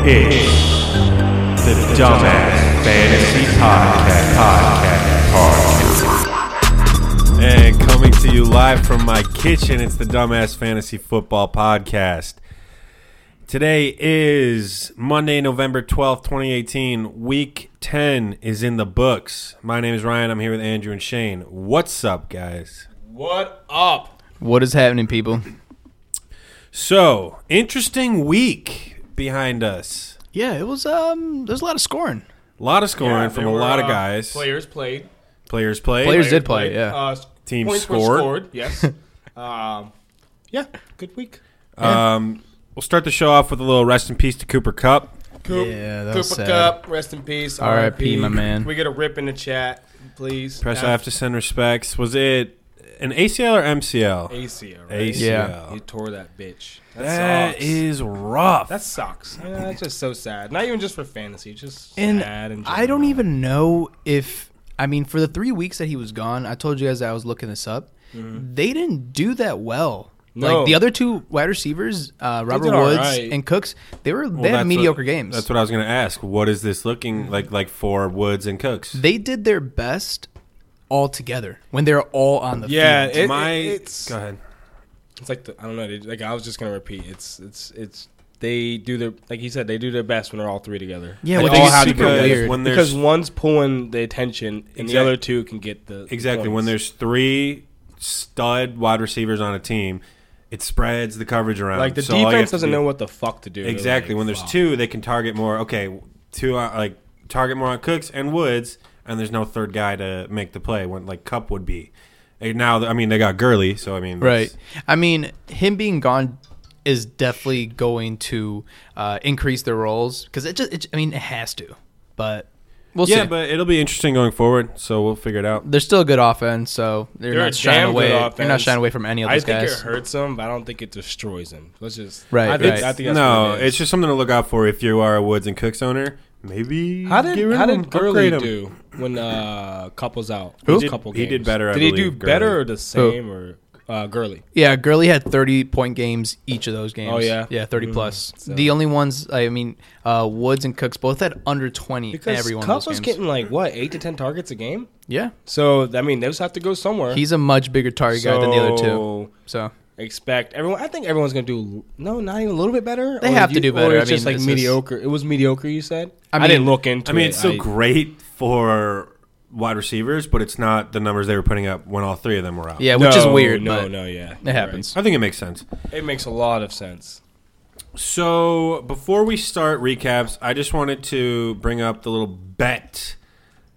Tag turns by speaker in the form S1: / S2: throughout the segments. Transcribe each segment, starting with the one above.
S1: It's the Dumbass Fantasy Podcast. Podcast. Podcast. And coming to you live from my kitchen, it's the Dumbass Fantasy Football Podcast. Today is Monday, November 12th, 2018. Week 10 is in the books. My name is Ryan. I'm here with Andrew and Shane. What's up, guys?
S2: What up?
S3: What is happening, people?
S1: So, interesting week behind us.
S3: Yeah, it was um. There's a lot of scoring.
S1: A lot of scoring
S2: Yeah,
S1: from
S2: there
S1: a
S2: were,
S1: lot of
S2: uh,
S1: guys.
S2: Players played.
S1: players played.
S3: Players did play, yeah.
S2: Uh,
S1: Teams
S2: points were
S1: scored.
S2: scored. Yes. um, yeah. Good week.
S1: Um, we'll start the show off with a little rest in peace to Cooper Cup.
S2: Coop,
S3: Yeah, that
S2: Cooper
S3: was sad.
S2: Cup. Rest in peace.
S3: R.I.P., my man.
S2: Can we get a rip in the chat, please.
S1: Press, I
S2: F-
S1: have to send respects. Was it an ACL or MCL?
S2: ACL. Right?
S1: ACL.
S3: Yeah.
S2: He tore that bitch. That,
S1: That
S2: sucks.
S1: is rough.
S2: That sucks. Yeah, that's just so sad. Not even just for fantasy, just
S3: And
S2: sad. And
S3: I don't even know if I mean for the three weeks that he was gone. I told you guys I was looking this up. They didn't do that well.
S2: No.
S3: Like the other two wide receivers, uh, Robert
S2: did all
S3: Woods
S2: right.
S3: and Cooks, they were they
S1: Well,
S3: had
S1: that's
S3: mediocre
S1: what-
S3: games.
S1: That's what I was going to ask. What is this looking like like for Woods and Cooks?
S3: they did their best all together when they're all on the
S2: Yeah,
S3: field.
S2: it-
S1: My
S2: it's-
S1: go ahead.
S2: It's like the, I don't know. dude. Like I was just gonna repeat. It's it's it's they do their like he said they do their best when they're all three together.
S3: Yeah,
S2: They
S3: what
S1: Like,
S3: they
S2: all
S3: do
S2: have
S3: super
S2: their-
S1: because
S3: weird.
S1: when there's
S2: because one's pulling the attention and
S1: Exact-
S2: the other two can get the the
S1: Exactly. When
S2: points.
S1: there's three stud wide receivers on a team, it spreads the coverage around.
S2: like the
S1: So all you have
S2: defense
S1: to
S2: doesn't
S1: do-
S2: know what the fuck to do. They're
S1: Exactly.
S2: like,
S1: when there's
S2: fuck.
S1: two, they can target more. Okay, two on, like target more on Cooks and Woods, and there's no third guy to make the play when like Cup would be. And now, I mean, they got Gurley, so I mean,
S3: Right.
S1: that's-
S3: I mean, him being gone is definitely going to uh, increase their roles because it just, it, I mean, it has to. But we'll
S1: Yeah,
S3: see.
S1: but it'll be interesting going forward. So we'll figure it out.
S3: they're still a good offense, so they're,
S2: They're a
S3: not shying
S2: damn
S3: away.
S2: good
S3: They're not
S2: offense.
S3: shying away from any of
S2: I
S3: those
S2: think
S3: guys.
S2: it hurts them, but I don't think it destroys them. Let's just
S3: Right,
S2: I think,
S3: right.
S2: I think that's
S1: no,
S2: what it is.
S1: it's just something to look out for if you are a Woods and Cooks owner. Maybe
S2: how did
S1: get rid
S2: how
S1: of him,
S2: did Gurley
S1: upgrade him.
S2: do when uh, couples out?
S1: Who?
S2: Those
S1: He did-
S2: couple
S1: he did
S2: games.
S1: better, I
S2: Did he do
S1: believe,
S2: better
S1: Gurley.
S2: or the same or uh, Gurley?
S3: Yeah, Gurley had 30 point games each of those games.
S2: Oh, yeah?
S3: Yeah, 30 plus.
S2: so-
S3: The only ones, I mean, uh, Woods and Cooks both had under 20
S2: Because
S3: every one
S2: Cup
S3: of those
S2: was
S3: games.
S2: getting like what eight to ten targets a game.
S3: yeah.
S2: So I mean, those have to go somewhere.
S3: He's a much bigger target guy than the other two.
S2: So,
S3: So,
S2: Expect everyone. I think everyone's gonna do no, not even a little bit better.
S3: They
S2: Or
S3: have to
S2: you-
S3: do better.
S2: Or it's
S3: I mean,
S2: just like
S3: it's just-
S2: mediocre. It was mediocre. You said. I,
S3: I
S2: didn't
S3: mean-
S2: look into.
S1: I mean,
S2: it.
S1: it's still
S2: I-
S1: great for wide receivers, but it's not the numbers they were putting up when all three of them were out.
S3: yeah, which is
S2: No,
S3: weird.
S2: No,
S3: but
S2: no, yeah,
S3: It happens.
S1: I think it makes sense.
S2: Right. It makes a lot of sense.
S1: So before we start recaps, I just wanted to bring up the little bet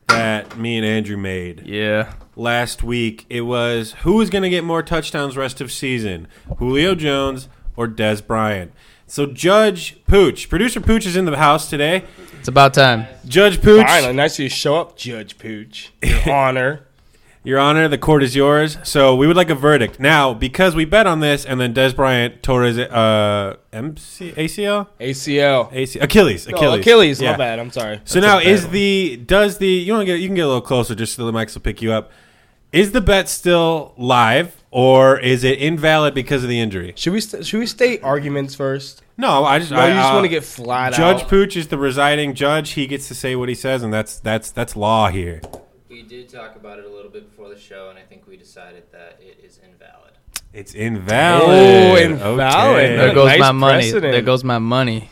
S1: that me and Andrew made
S3: Yeah.
S1: last week. It was who is going to get more touchdowns rest of season, Julio Jones or Des Bryant. So Judge Pooch, producer Pooch is in the house today.
S3: It's about time.
S1: Judge Pooch,
S2: Finally, nice to show up, Judge Pooch. Your honor.
S1: Your Honor, the court is yours. So we would like a verdict now because we bet on this, and then Des Bryant tore his uh, MC, ACL,
S2: ACL.
S1: AC, Achilles, Achilles,
S2: Oh, Achilles.
S1: Yeah.
S2: My bad. I'm sorry.
S1: So
S2: That's a
S1: now
S2: bad
S1: is
S2: one.
S1: the does the you want to get you can get a little closer just so the mics will pick you up. Is the bet still live or is it invalid because of the injury?
S2: should we st- should we state arguments first?
S1: No, I just
S2: No,
S1: I
S2: you just
S1: uh,
S2: want to get flat out.
S1: Judge Pooch is the residing judge. He gets to say what he says, and that's that's that's law here.
S4: We did talk about it a little bit before the show, and I think we decided that it is invalid.
S1: It's invalid.
S2: Oh, invalid.
S1: Okay.
S3: There
S2: Yeah,
S3: goes
S2: nice
S3: my money.
S2: precedent.
S3: There goes my money.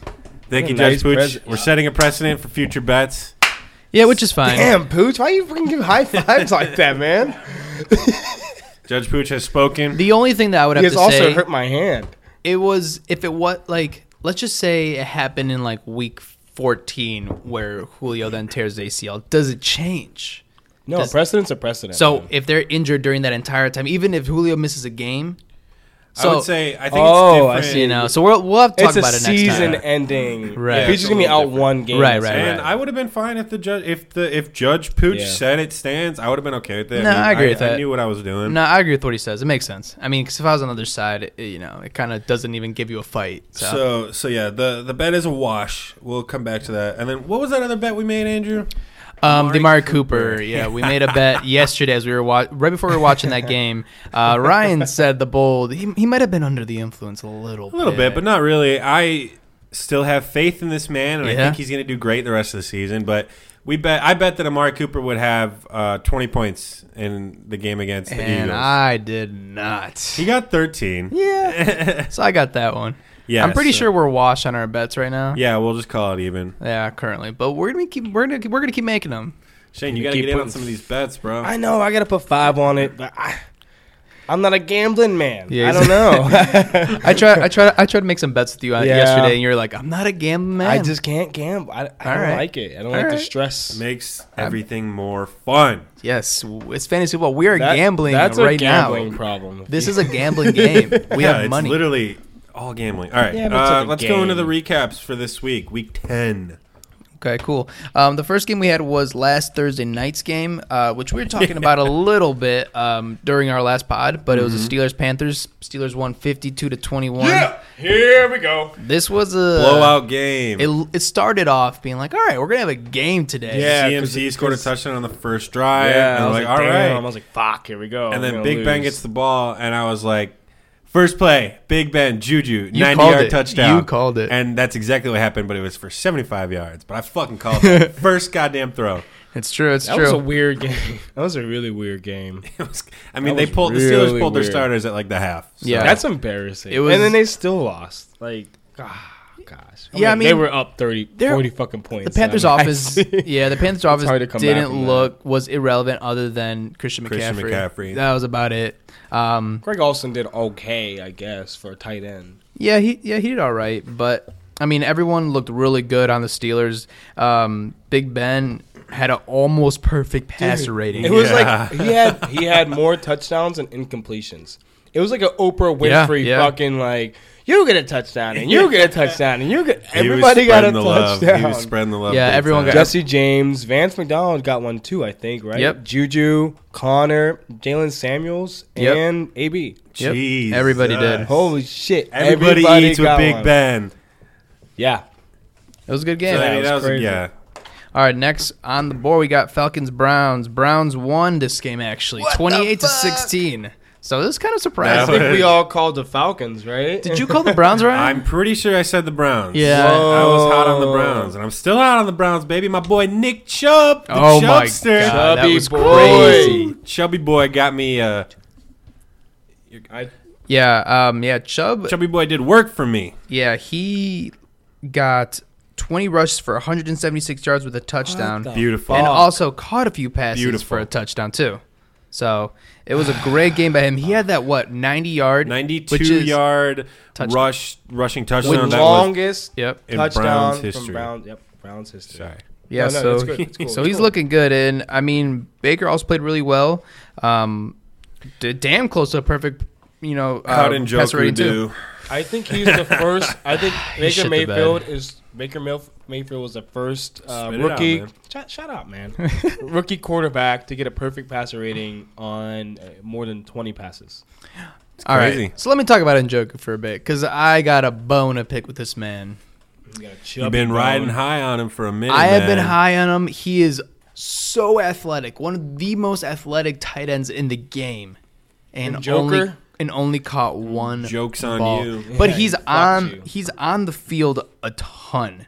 S1: Thank you, Judge
S2: Nice
S1: Pooch.
S2: pres-
S1: We're setting a precedent for future bets.
S3: Yeah, which is fine.
S2: Damn, Pooch. Why you freaking give high fives like that, man?
S1: Judge Pooch has spoken.
S3: The only thing that I would
S2: He
S3: have
S2: has
S3: to
S2: also
S3: say
S2: hurt my hand.
S3: it was if it was like let's just say it happened in like week 14 where Julio then tears the ACL. Does it change?
S2: No,
S3: Does-
S2: precedent's a precedent.
S3: So
S2: man.
S3: if they're injured during that entire time, even if Julio misses a game, so
S1: I would say I think
S2: Oh, I
S1: it's different.
S2: see.
S3: you know, so we'll we'll have to talk
S2: it's a
S3: about it next
S2: season
S3: time.
S2: ending.
S3: Right.
S2: Right. He's
S3: It's
S2: just gonna be out one game.
S3: Right, right,
S1: And I would have been fine if the judge if the if Judge Pooch
S2: Yeah.
S1: said it stands, I would have been okay with it.
S3: No, I agree
S1: I,
S3: with
S1: I
S3: that.
S1: knew what I was doing.
S3: No, I agree with what he says. It makes sense. I mean, because if I was on the other side, it, you know, it kind of doesn't even give you a fight. So,
S1: So so yeah, the the bet is a wash. We'll come back to that. And then what was that other bet we made, Andrew?
S3: um,
S1: Amari
S3: Demari Cooper, yeah, we made a bet yesterday as we were wa- right before we were watching that game. Uh, Ryan said the bold. He, he might have been under the influence a little,
S1: A little bit, but not really. I still have faith in this man, and I
S3: Yeah.
S1: think he's going to do great the rest of the season. But we bet I bet that Amari Cooper would have uh, 20 points in the game against the
S3: and
S1: Eagles.
S3: I did not.
S1: he got 13.
S3: Yeah. so I got that one.
S1: Yeah,
S3: I'm pretty
S1: so-
S3: sure we're washed on our bets right now.
S1: Yeah, we'll just call it even.
S3: Yeah, currently, but we're gonna keep we're gonna we're gonna keep making them.
S1: Shane, you
S2: You
S1: got to
S2: keep
S1: get in on
S2: putting-
S1: some of these bets, bro.
S2: I know I gotta put five on it, but I, I'm not a gambling man.
S3: Yeah,
S2: I don't know.
S3: I try I try I tried to make some bets with you uh
S2: Yeah.
S3: yesterday, and you're like, I'm not a gambling man.
S2: I just can't gamble. I, I don't
S3: All right.
S2: like it. I don't
S3: All
S2: like the
S3: right.
S2: stress.
S1: Makes everything more fun.
S3: yes, it's fantasy football. We are
S2: That-
S3: gambling
S2: That's
S3: right
S2: a gambling
S3: now.
S2: problem.
S3: This is a gambling game. We
S1: yeah,
S3: have
S1: it's
S3: money.
S1: literally all gambling. All right,
S2: Yeah, but it's
S1: uh,
S2: like a
S1: let's go into the
S2: game.
S1: recaps for this week, week 10.
S3: Okay, cool. Um, the first game we had was last Thursday night's game, uh, which we were talking about a little bit um, during our last pod, but it was
S2: Mm-hmm.
S3: the Steelers Panthers. Steelers won 52 to 21.
S2: Here we go.
S3: This was a
S2: Uh,
S1: Blowout game.
S3: It, it started off being like, all right, we're going to have a game today.
S2: Yeah,
S1: CMC
S2: 'cause-
S1: scored a
S2: 'cause-
S1: touchdown on the first drive.
S2: Yeah,
S1: and I'm
S2: I was
S1: like,
S2: like,
S1: all right.
S2: damn. I was like, fuck, here we go.
S1: and
S2: We're
S1: then
S2: gonna
S1: Big Ben
S2: lose.
S1: gets the ball, and I was like, first play, Big Ben, Juju,
S3: You
S1: 90
S3: called
S1: yard
S3: it.
S1: touchdown.
S3: You called it.
S1: And that's exactly what happened, but it was for 75 yards. But I fucking called it. first goddamn throw.
S3: It's true. It's
S2: That
S3: true.
S2: was a weird game. That was a really weird game.
S1: It was, I mean,
S2: That
S1: they
S2: was
S1: pulled the Steelers
S2: really
S1: pulled their
S2: weird.
S1: starters at like the half. so-
S3: Yeah.
S2: That's embarrassing.
S3: It was-
S2: and then they still lost. Like, ah, gosh.
S3: Yeah, I
S2: they
S3: mean,
S2: were up 30,
S3: they're-
S2: 40 fucking points.
S3: the Panthers'
S2: I mean, I
S3: office,
S2: see.
S3: yeah, the Panthers'
S2: hard to
S3: office
S2: come back
S3: didn't
S2: from that.
S3: look was irrelevant other than Christian McCaffrey.
S1: Christian McCaffrey.
S3: That was about it. Um,
S2: Greg Olson did okay, I guess, for a tight end.
S3: Yeah, he yeah he did all right, but I mean everyone looked really good on the Steelers. Um, Big Ben had an almost perfect passer rating.
S2: It was
S1: Yeah.
S2: like he had he had more touchdowns and incompletions. It was like an Oprah
S3: Yeah,
S2: Winfrey
S3: yeah.
S2: fucking like you get a touchdown and you get a touchdown and you get
S1: He was
S2: everybody got a
S1: spreading the love. He
S2: touchdown.
S1: was spreading the love.
S3: Yeah,
S1: big
S3: everyone
S1: time.
S3: got-
S2: Jesse James, Vance McDonald got one too, I think, right?
S3: Yep.
S2: Juju, Connor, Jalen Samuels,
S3: Yep.
S2: and AB.
S3: Yep,
S1: Jesus.
S3: everybody did.
S2: Holy shit!
S1: Everybody, eats with
S2: got
S1: Big
S2: one.
S1: Ben.
S2: Yeah,
S3: It was a good game.
S1: So, I
S2: that
S1: mean,
S2: was
S1: that was-
S2: crazy.
S1: yeah.
S3: All right, next on the board we got Falcons Browns. Browns won this game actually, twenty eight to sixteen. So this is kind
S2: I
S3: of surprising.
S1: That
S2: think
S1: was-
S2: we all called the Falcons, right?
S3: Did you call the Browns right?
S1: I'm pretty sure I said the Browns.
S3: Yeah.
S1: I was hot on the
S2: Whoa.
S1: Browns, and I'm still hot on the Browns, baby. My boy Nick Chubb, the
S3: oh my
S1: Chubbster.
S3: god, that
S2: Chubby
S3: was
S2: boy.
S3: crazy.
S1: Chubby boy got me. Uh,
S2: I,
S3: Yeah, um, yeah, Chubb.
S1: Chubby boy did work for me.
S3: Yeah, he got twenty rushes for one hundred and seventy six yards with a touchdown.
S1: Beautiful.
S3: and
S2: Fuck.
S3: also caught a few passes
S1: Beautiful.
S3: for a touchdown too. So it was a great game by him. He had that what ninety yard, which
S1: Ninety-two
S3: is-
S1: yard
S3: Touchdown.
S1: rush rushing touchdown.
S2: with
S1: that was,
S2: longest
S3: Yep.
S1: In
S2: touchdown
S1: Browns
S2: from
S1: history.
S2: Brown, yep, Browns history.
S1: sorry.
S3: Yeah,
S2: No, no,
S3: so
S2: it's good, it's cool,
S3: so
S2: it's
S3: he's
S2: cool.
S3: looking good, and I mean Baker also played really well. Um, d- damn close to a perfect, you know, uh,
S1: How did
S3: passer rating,
S1: Njoku
S3: too.
S1: do?
S2: I think he's the first. I think
S3: shit
S2: Baker
S3: the
S2: Mayfield is Baker Mayf- Mayfield was the first uh,
S1: Spit it out,
S2: rookie.
S1: man.
S2: shut, shut up, man! rookie quarterback to get a perfect passer rating on uh, more than twenty passes.
S3: All right,
S1: crazy.
S3: so let me talk about Njoku for a bit because I got a bone to pick with this man.
S2: You got a
S1: You've
S2: chubby
S1: been
S2: bone.
S1: riding high on him for a minute.
S3: I have been
S1: man.
S3: high on him. He is so athletic, one of the most athletic tight ends in the game, and,
S2: And Joker?
S3: only and only caught one.
S1: Jokes on
S3: ball.
S1: you.
S3: But
S2: Yeah,
S3: he's
S2: he fucked
S3: on
S2: you.
S3: he's on the field a ton.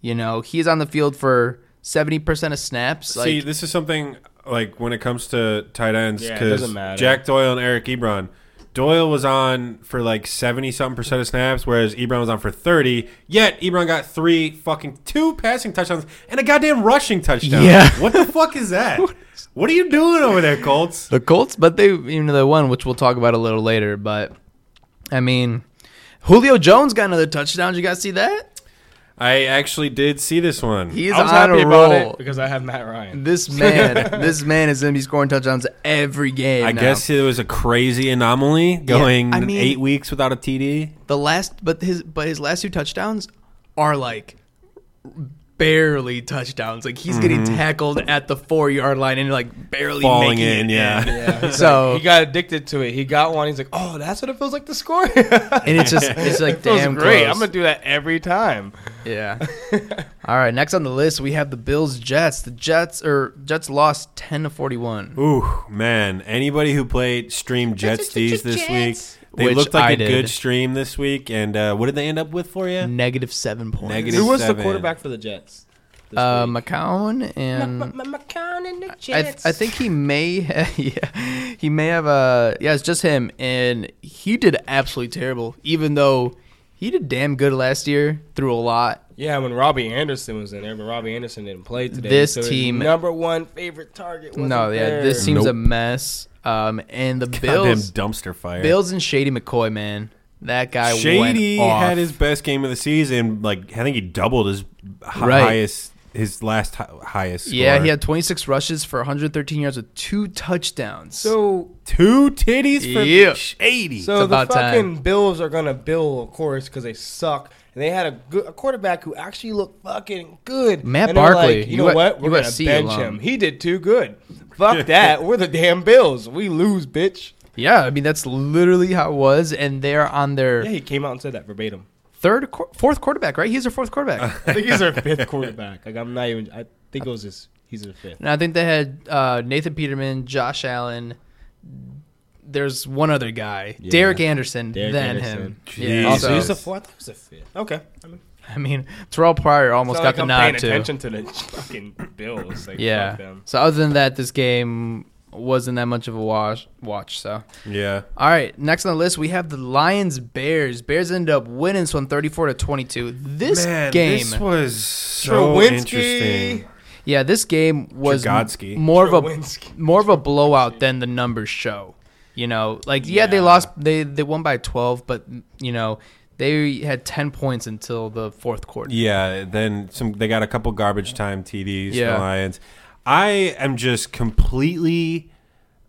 S3: You know, he's on the field for seventy percent of snaps. Like,
S1: See, this is something like when it comes to tight ends
S2: Yeah, it
S1: because
S2: doesn't matter.
S1: Jack Doyle and Eric Ebron. Doyle was on for like seventy something percent of snaps, whereas Ebron was on for thirty. Yet Ebron got three fucking two passing touchdowns and a goddamn rushing touchdown.
S3: Yeah.
S1: what the fuck is that? what are you doing over there, Colts?
S3: the Colts, but they you know they won, which we'll talk about a little later. But I mean, Julio Jones got another touchdown. Did you guys see that?
S1: I actually did see this one.
S3: He's
S2: I was
S3: on
S2: happy
S3: a
S2: about
S3: roll.
S2: it because I have Matt Ryan.
S3: This man, this man is gonna be scoring touchdowns every game.
S1: I
S3: now.
S1: guess it was a crazy anomaly going
S3: I mean-
S1: eight weeks without a TD.
S3: the last, but his but his last two touchdowns are like barely touchdowns. Like he's getting tackled at the four yard line and like barely
S1: Mm-hmm. Falling
S3: making
S1: in,
S3: it
S1: yeah.
S3: So
S2: he got addicted to it. He got one. He's like, "Oh, that's what it feels like to score."
S3: and it's just it's like
S2: feels
S3: damn
S2: great.
S3: great.
S2: I'm gonna do that every time.
S3: yeah. All right, next on the list we have the Bills Jets. The Jets or Jets lost ten to forty one.
S1: Ooh, man. Anybody who played stream Jets these this week, They
S3: which
S1: looked like
S3: I
S1: a
S3: did.
S1: good stream this week. And uh, what did they end up with for you?
S3: Negative seven points.
S1: Negative
S2: Who was
S1: seven.
S2: the quarterback for the Jets? this
S3: Uh,
S2: week?
S3: McCown and
S2: McCown and the
S3: I, th- I think he may have, yeah, he may have uh yeah it's just him and he did absolutely terrible even though he did damn good last year through a lot
S2: Yeah, when Robbie Anderson was in there, but Robbie Anderson didn't play today.
S3: This
S2: so his
S3: team-
S2: number one favorite target. was
S3: no yeah
S2: there.
S3: this seems a
S1: Nope.
S3: mess um and the
S1: Goddamn
S3: Bills
S1: dumpster fire.
S3: Bills and Shady McCoy man that guy
S1: Shady
S3: went off.
S1: had his best game of the season. Like I think he doubled his hi-
S3: Right.
S1: highest, his last hi- highest.
S3: yeah
S1: score.
S3: he had 26 rushes for 113 yards with two touchdowns
S2: So,
S1: two titties for
S3: Yeah.
S1: Shady.
S2: so the
S3: about time.
S2: fucking Bills are gonna bill, of course, because they suck. And they had a, good, a quarterback who actually looked fucking good.
S3: Matt
S2: And they were
S3: Barkley,
S2: like, you,
S3: you
S2: know
S3: at-
S2: what? We're
S3: you at
S2: gonna
S3: sea
S2: bench
S3: alum.
S2: him. He did too good. Fuck that. We're the damn Bills. We lose, bitch.
S3: yeah I mean that's literally how it was and they're on their
S2: Yeah, he came out and said that verbatim.
S3: third qu- fourth quarterback right he's their fourth quarterback
S2: I think he's our fifth quarterback. Like I'm not even. I think it was his. He's our fifth.
S3: And I think they had uh, Nathan Peterman, Josh Allen. There's one other guy,
S2: Yeah.
S3: Derek Anderson,
S2: Derek
S3: than
S2: Anderson.
S3: him.
S1: Jeez.
S3: Yeah,
S1: Also,
S3: so,
S1: he's a-
S2: fourth. I was a fifth. Okay. I mean,
S3: I mean, Terrell Pryor almost got
S2: like
S3: the
S2: I'm
S3: nod
S2: paying
S3: too.
S2: attention to the fucking Bills. Like, fuck
S3: Yeah.
S2: them.
S3: So other than that, this game wasn't that much of a wash. Watch so.
S1: yeah.
S3: All right, next on the list we have the Lions Bears. Bears end up winning this one 34 to 22. This
S1: Man,
S3: game,
S1: this was so
S2: Trubinsky.
S1: interesting.
S3: yeah, this game was m-
S1: Trugodsky.
S3: more of a
S2: Trubinsky.
S3: more of a blowout than the numbers show. You know, like yeah, they
S2: Yeah.
S3: lost, they they won by twelve, but you know they had ten points until the fourth quarter.
S1: Yeah, then some. They got a couple garbage time TDs. Yeah.
S3: Yeah.
S1: The Lions. I am just completely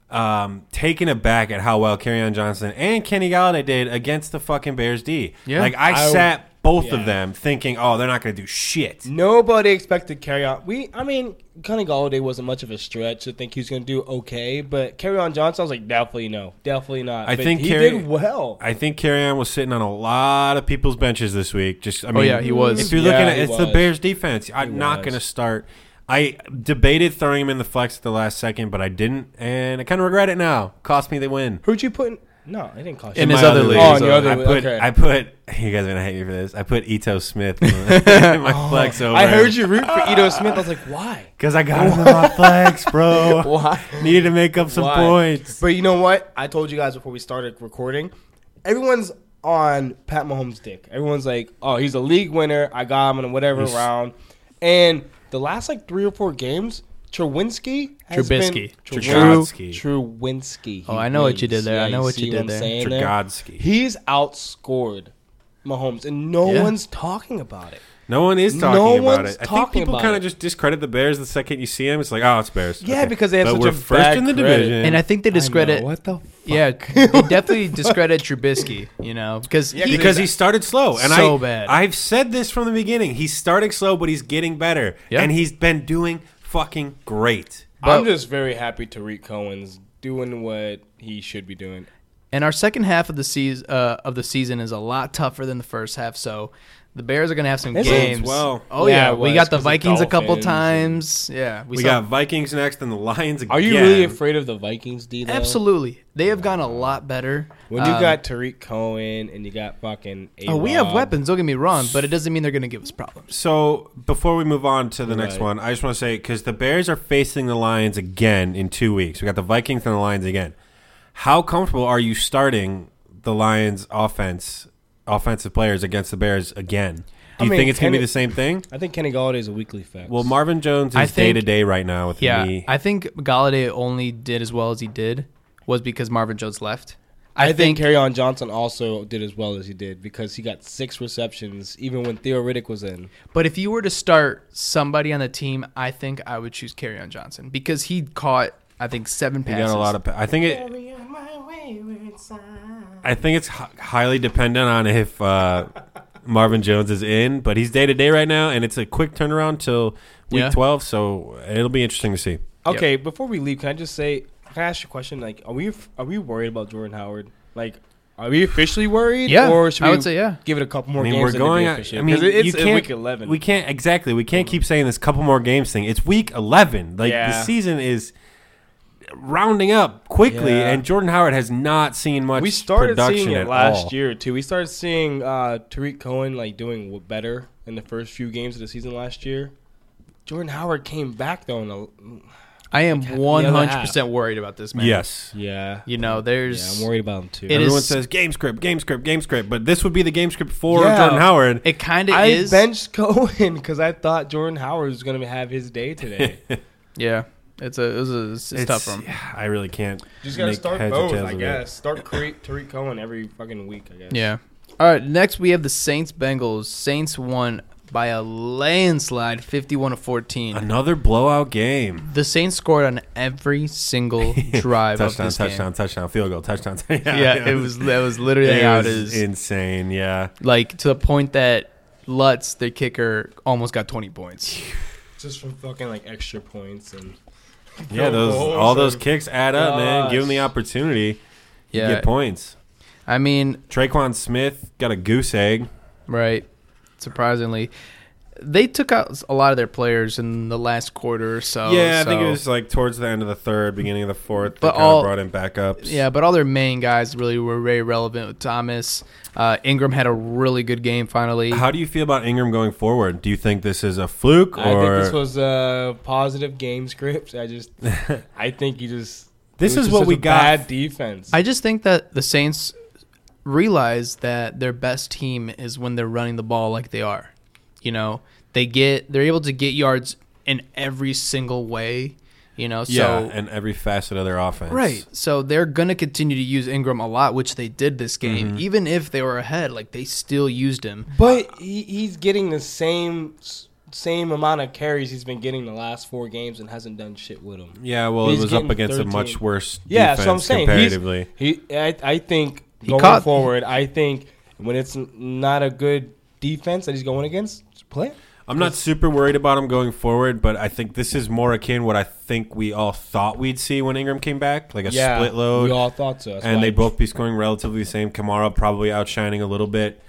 S1: um, taken aback at how well Carryon Johnson and Kenny Galladay did against the fucking Bears D.
S3: Yeah.
S1: Like I,
S2: I-
S1: sat both
S2: yeah.
S1: of them thinking, oh, they're not going to do shit.
S2: Nobody expected carry on. We, I mean, Cunning Galladay wasn't much of a stretch. I think he was going to do okay, but carry on Johnson, I was like, definitely no, definitely not.
S1: I
S2: But
S1: think
S2: he
S1: Kerry-
S2: did well.
S1: I think Carryon was sitting on a lot of people's benches this week. Just, I mean,
S3: Oh, yeah, he was.
S1: If you're
S2: Yeah,
S1: looking at
S2: he
S1: it's the
S2: was.
S1: Bears defense, I'm not
S2: was.
S1: going to start. I debated throwing him in the flex at the last second, but I didn't, and I kind of regret it now. Cost me the win.
S2: Who'd you put? in? No, I didn't cost
S3: In
S2: you.
S3: his
S1: my
S3: other league.
S2: Oh, in your other
S1: I
S2: league,
S1: put,
S2: okay.
S1: I put. You guys are gonna hate me for this. I put Ito Smith in my- in my flex over.
S2: Oh, I heard you root for Edo Smith. I was like, why?
S1: because I got him in my flex, bro.
S2: Why?
S1: Needed to make up some
S2: Why?
S1: points.
S2: But you know what? I told you guys before we started recording. Everyone's on Pat Mahomes' dick. Everyone's like, "Oh, he's a league winner. I got him in whatever
S1: He's-
S2: round." And the last like three or four games, Truwinski has
S3: Trubisky.
S2: been
S1: Trugodsky.
S2: True Truwinski.
S3: Oh, I know what you did there. I know what you did there.
S1: Trugodsky.
S2: He's outscored Mahomes, and no
S3: Yeah.
S2: one's talking about it.
S1: No one is
S2: No
S1: talking about
S2: one's
S1: it. I think
S2: talking
S1: people
S2: about
S1: kind of
S2: it.
S1: just discredit the Bears the second you see them. It's like, oh, it's Bears.
S2: Yeah,
S1: Okay.
S2: because they have
S1: but
S2: such
S1: we're
S2: a
S1: first
S2: bad
S1: in the
S2: credit.
S1: division.
S3: And I think they
S2: I
S3: discredit,
S2: know. What the? Fuck?
S3: yeah, they definitely discredit Trubisky. You know, because
S2: Yeah,
S3: he-
S1: because he started slow, and
S3: So
S1: I,
S3: bad.
S1: I've said this from the beginning. He's starting slow, but he's getting better,
S3: Yeah.
S1: and he's been doing fucking great.
S2: I'm
S3: But-
S2: just very happy Tariq Cohen's doing what he should be doing.
S3: and our second half of the season uh, of the season is a lot tougher than the first half. So the Bears are gonna have some
S2: Is it?
S3: games.
S1: Well,
S3: oh
S2: yeah,
S3: yeah,
S2: it
S3: we
S2: was,
S3: got the
S2: 'cause the
S3: Vikings a couple
S2: Dolphins and-
S3: times. Yeah,
S1: We
S3: saw-
S1: got Vikings next, and the Lions again.
S2: Are you really afraid of the Vikings, D? though?
S3: absolutely. They have gone a lot better.
S2: When you
S3: Um,
S2: got Tariq Cohen and you got fucking a
S3: Oh, we have weapons. Don't get me wrong, but it doesn't mean they're going to give us problems.
S1: So before we move on to the next
S2: Right.
S1: one, I just want to say because the Bears are facing the Lions again in two weeks. We got the Vikings and the Lions again. How comfortable are you starting the Lions offense, offensive players against the Bears again? Do
S2: I
S1: you
S2: mean,
S1: think it's going to
S2: can
S1: be
S2: it-
S1: the same thing?
S2: I think Kenny Galladay is a weekly fact.
S1: Well, Marvin Jones
S3: I
S1: is day
S3: think-
S1: to day right now with
S3: Yeah,
S1: me.
S3: I think Galladay only did as well as he did was because Marvin Jones left.
S2: I, think Carryon Johnson also did as well as he did because he got six receptions even when Theo Riddick was in.
S3: but if you were to start somebody on the team, I think I would choose Carryon Johnson because he caught I think seven
S1: He
S3: passes.
S1: got a lot of. pa- I think it. I think it's hi- highly dependent on if uh, Marvin Jones is in, but he's day to day right now, and it's a quick turnaround till week
S3: Yeah.
S1: twelve. So it'll be interesting to see.
S3: Yep.
S2: Okay, before we leave, can I just say, can I ask you a question? Like, are we are we worried about Jordan Howard? Like, are we officially worried?
S3: Yeah,
S2: or should
S3: I
S2: we
S3: would say yeah.
S2: give it a couple more
S1: I mean,
S2: games.
S1: we're
S2: than they
S1: going.
S2: do
S1: I
S2: officially?
S1: I mean,
S2: 'Cause it's
S1: you
S2: uh,
S1: can't,
S2: week eleven. Mm-hmm.
S1: We can't exactly. We can't keep saying this couple more games thing. It's week eleven. Like
S2: Yeah.
S1: the season is rounding up quickly,
S2: Yeah.
S1: and Jordan Howard has not seen much.
S2: we started
S1: production
S2: seeing
S1: at
S2: it last
S1: all.
S2: year too. We started seeing uh, Tariq Cohen like doing w- better in the first few games of the season last year. Jordan Howard came back though. In a, mm,
S3: I am
S2: half.
S3: 100% worried about this man.
S1: Yes.
S2: yeah,
S3: You know,
S2: yeah,
S3: there's
S2: I'm worried about him too.
S3: It
S1: Everyone
S3: is-
S1: says game script, game script, game script, but this would be the game script for
S2: Yeah.
S1: Jordan Howard.
S3: it kind of
S2: I
S3: is.
S2: benched Cohen because I thought Jordan Howard was going to have his day today.
S3: yeah. It's a it was a it's,
S1: It's-
S3: tough for him.
S1: yeah, I really can't.
S2: Just got to
S1: make
S2: start
S1: heads or
S2: both,
S1: tails
S2: I
S1: of it.
S2: guess. Start Tariq, Tariq Cohen every fucking week, I guess.
S3: Yeah. All right. Next, we have the Saints Bengals. Saints won by a landslide, fifty-one to fourteen.
S1: Another blowout game.
S3: The Saints scored on every single drive of
S1: touchdown,
S3: this
S1: touchdown, touchdown, field goal, touchdown. yeah,
S3: game. Yeah, it was that was literally
S1: It
S3: how it
S1: was
S3: is.
S1: insane. Yeah,
S3: like to the point that Lutz, the kicker, almost got twenty points.
S2: Just from fucking like extra points and
S1: yeah. Those
S2: goals
S1: all those
S2: and-
S1: kicks add up, man. Give him the
S2: Gosh.
S1: opportunity. Yeah,
S3: Yeah.
S1: get points.
S3: I mean,
S1: Traquan Smith got a goose egg.
S3: Right. Surprisingly, they took out a lot of their players in the last quarter or so.
S1: yeah, I think it
S3: Oh, so-
S1: was like towards the end of the third, beginning of the fourth. They
S3: But
S1: kind
S3: all-
S1: of brought in backups.
S3: Yeah, but all their main guys really were very relevant. With Thomas, uh, Ingram had a really good game finally.
S1: How do you feel about Ingram going forward? Do you think this is a fluke
S2: I
S1: or
S2: think this was a positive game script. I just, I think you just.
S1: This
S2: it was
S1: is
S2: just
S1: what
S2: such
S1: we
S2: a
S1: got.
S2: Bad defense.
S3: I just think that the Saints realize that their best team is when they're running the ball like they are. You know, they get they're able to get yards in every single way. You know, so
S1: yeah, and every facet of their offense?
S3: Right. So they're going to continue to use Ingram a lot, which they did this game.
S1: Mm-hmm.
S3: Even if they were ahead, like they still used him.
S1: Uh,
S2: but he, he's getting the same s- same amount of carries he's been getting the last four games and hasn't done shit with him.
S1: Yeah, well,
S2: He's
S1: it was up
S2: getting
S1: against a
S2: 13.
S1: much worse defense
S2: Yeah, so I'm saying he's-
S1: comparatively.
S2: He, I, I think going
S3: caught-
S2: forward, I think when it's n- not a good defense that he's going against, just play. it.
S1: I'm not super worried about him going forward, but I think this is more akin what I think we all thought we'd see when Ingram came back, like a split
S2: We
S1: load,
S2: all thought so. That's
S1: and
S2: why-
S1: they both be scoring relatively the same. Kamara probably outshining a little bit,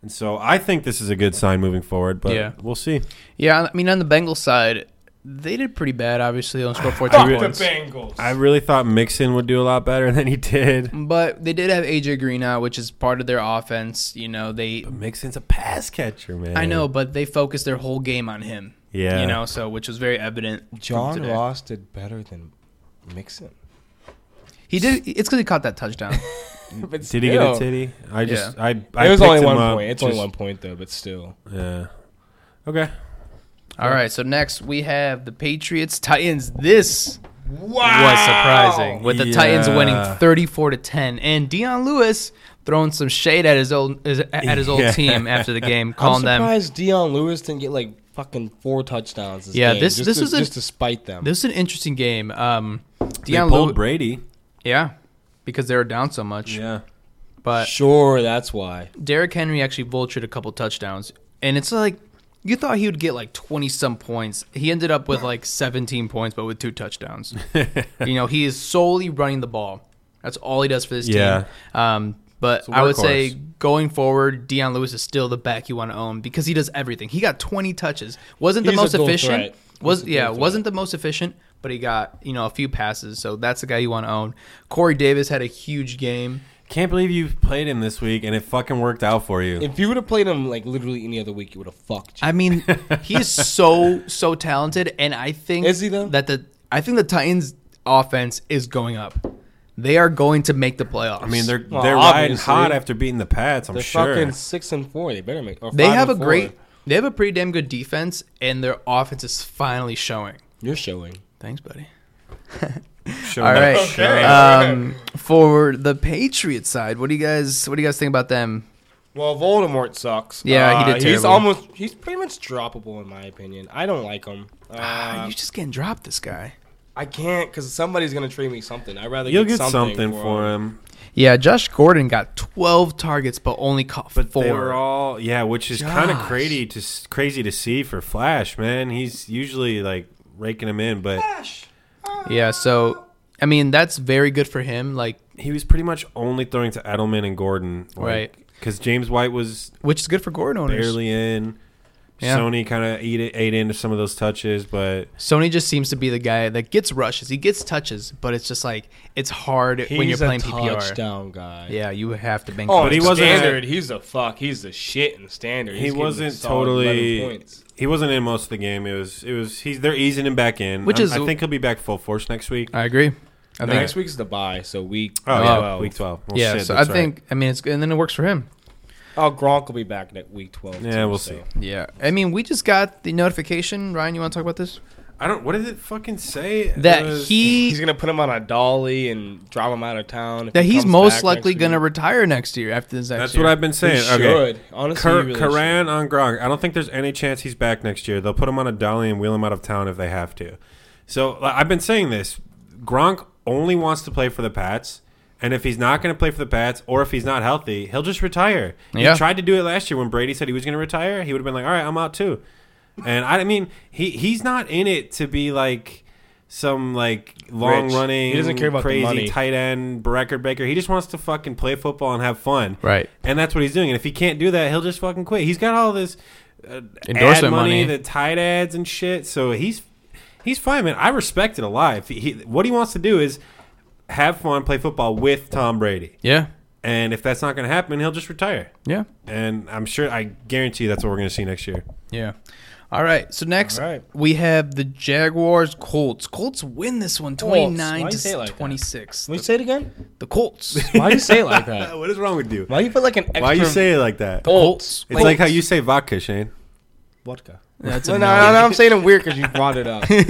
S1: and so I think this is a good sign moving forward. But
S3: Yeah.
S1: we'll see.
S3: Yeah, I mean, on the Bengals side, they did pretty bad, obviously. They only scored 14
S2: Fuck the
S3: points.
S2: Bengals.
S1: I really thought Mixon would do a lot better than he did.
S3: But they did have AJ Green out, which is part of their offense. You know, they.
S1: Mixon's a pass catcher, man.
S3: I know, but they focused their whole game on him.
S1: Yeah.
S3: You know, so which was very evident. from
S2: John
S3: today.
S2: Ross did better than Mixon.
S3: He did. It's because he caught that touchdown.
S2: but
S1: Did he get a titty? I just I I
S2: it was
S1: picked
S2: only
S1: him
S2: one
S1: up
S2: point. It's
S1: just-
S2: only one point though, but still.
S1: Yeah. Okay.
S3: All right, so next we have the Patriots Titans. This
S2: Wow.
S3: was surprising with the Titans
S1: Yeah.
S3: winning 34 to 10 and Dion Lewis throwing some shade at his old his- at his old
S1: Yeah.
S3: team after the game
S2: I'm
S3: calling them
S2: surprised Dion Lewis didn't get like fucking four touchdowns. This
S3: Yeah,
S2: game,
S3: this-
S2: just
S3: this
S2: to,
S3: is a-
S2: just to spite them.
S3: this is an interesting game um
S1: They
S3: Dion
S1: pulled
S3: Lewis
S1: Brady.
S3: yeah because they were down so much
S1: Yeah.
S3: but
S2: sure, that's why.
S3: Derrick Henry actually vultured a couple touchdowns and it's like you thought he would get like 20 some points he ended up with like 17 points but with two touchdowns you know he is solely running the ball that's all he does for this
S1: Yeah.
S3: team um but
S1: a
S3: I would say
S1: workhorse.
S3: going forward, Deion Lewis is still the back you want to own because he does everything. He got 20 touches. Wasn't the
S2: He's a
S3: most
S2: dual
S3: efficient.
S2: threat.
S3: Was
S2: He's a
S3: yeah,
S2: dual threat.
S3: wasn't the most efficient, but he got, you know, a few passes. So that's the guy you want to own. Corey Davis had a huge game.
S1: Can't believe you played him this week and it fucking worked out for you.
S2: If you would have played him like literally any other week, you would have fucked. You.
S3: I mean, he is so so talented and I think
S2: Is he, though?
S3: that the I think the Titans offense is going up. They are going to make the playoffs.
S1: I mean, they're
S2: Well,
S1: they're riding
S2: obviously.
S1: hot after beating the Pats. I'm
S2: They're
S1: sure.
S2: fucking six and four. They better make. Or
S3: they
S2: five
S3: have a
S2: and four.
S3: great they have a pretty damn good defense and their offense is finally showing.
S2: You're showing.
S3: Thanks, buddy.
S1: Show
S3: All
S1: that
S3: right.
S1: shit.
S2: Uh,
S3: Um, for the Patriots side, what do you guys what do you guys think about them?
S2: Well, Voldemort sucks.
S3: Yeah, he
S2: Uh,
S3: did
S2: He's
S3: terrible.
S2: almost. He's pretty much droppable in my opinion. I don't like him.
S3: Ah,
S2: Uh,
S3: you just getting dropped this guy.
S2: I can't because somebody's gonna trade me something. I'd rather
S1: You'll
S2: get,
S1: get something,
S2: for,
S1: for
S2: him.
S1: him.
S3: Yeah, Josh Gordon got 12 targets but only caught
S1: But
S3: four.
S1: they were all yeah, which is kind of
S3: Gosh.
S1: crazy to s- crazy to see for Flash, man. He's usually like raking him in, but
S3: yeah, so I mean, that's very good for him like
S1: he was pretty much only throwing to Edelman and Gordon,
S3: Right.
S1: Because James White was
S3: which is good for Gordon owners.
S1: barely in.
S3: Yeah.
S1: Sony kind of ate it, ate into some of those touches, but
S3: Sony just seems to be the guy that gets rushes. He gets touches, but it's just like it's hard when you're
S2: He's a
S3: playing PPR.
S2: touchdown guy.
S3: Yeah, you have to bank.
S2: Oh,
S3: on
S1: But he
S3: it.
S1: wasn't-
S2: standard. He's a fuck. He's the shit in standard.
S1: he
S2: He's getting a
S1: wasn't
S2: solid 11
S1: totally.
S2: points.
S1: He wasn't in most of the game. It was it was he's they're easing him back in,
S3: Which
S1: I'm-
S3: is-
S1: I think he'll be back full force next week.
S3: I agree. I think.
S2: Next week's the bye, so week.
S1: Oh, yeah,
S2: 12.
S1: week twelve. Well,
S3: yeah,
S1: shit,
S3: so I
S1: that's right.
S3: think I mean it's and then it works for him.
S2: Oh, Gronk will be back next week twelve.
S1: Yeah,
S2: too,
S1: we'll
S2: so.
S1: see.
S3: Yeah, I mean we just got the notification. Ryan, you want to talk about this?
S1: I don't. What did it fucking say? It
S3: That
S1: was-
S3: he
S2: He's gonna put him on a dolly and drive him out of town. if
S3: that
S2: he
S3: he's
S2: comes
S3: most
S2: back
S3: likely
S2: next
S3: gonna
S2: week.
S3: retire next year after this next
S1: That's
S3: year.
S1: what I've been
S2: He
S1: saying. okay.
S2: should. honestly,
S1: Kar-
S2: he really
S1: Karan on Gronk. I don't think there's any chance he's back next year. They'll put him on a dolly and wheel him out of town if they have to. So like, I've been saying this. Gronk only wants to play for the Pats. And if he's not going to play for the Pats, or if he's not healthy, he'll just retire.
S3: Yeah.
S1: He tried to do it last year when Brady said he was going to retire. He would have been like, "All right, I'm out too." And I mean, he he's not in it to be like some like long running.
S2: He doesn't care about the
S1: crazy
S2: money.
S1: tight end record breaker. He just wants to fucking play football and have fun.
S3: Right.
S1: And that's what he's doing. And if he can't do that, he'll just fucking quit. He's got all this uh,
S3: Endorsement
S1: ad money,
S3: money.
S1: the tight ads and shit. So he's he's fine, man. I respect it a lot. If he, he, what he wants to do is have fun, play football with Tom Brady.
S3: yeah,
S1: And if that's not going to happen, he'll just retire.
S3: yeah,
S1: And I'm sure, I guarantee that's what we're going to see next year.
S3: yeah. All right. So next
S2: All right.
S3: we have the Jaguars Colts. Colts win this one,
S2: Colts. Why
S3: twenty nine
S2: you say it
S3: to
S2: like that?
S3: twenty six.
S2: should. Let me say it again.
S3: The Colts.
S2: Why do you say it like that?
S1: Uh, what is wrong with you?
S2: Why you put like an extra?
S1: Why you say it like that?
S3: Colts.
S1: It's like how you say vodka, Shane.
S2: vodka?
S3: That's
S2: No, no,
S3: a
S2: no, I'm saying it weird because you brought it up. That's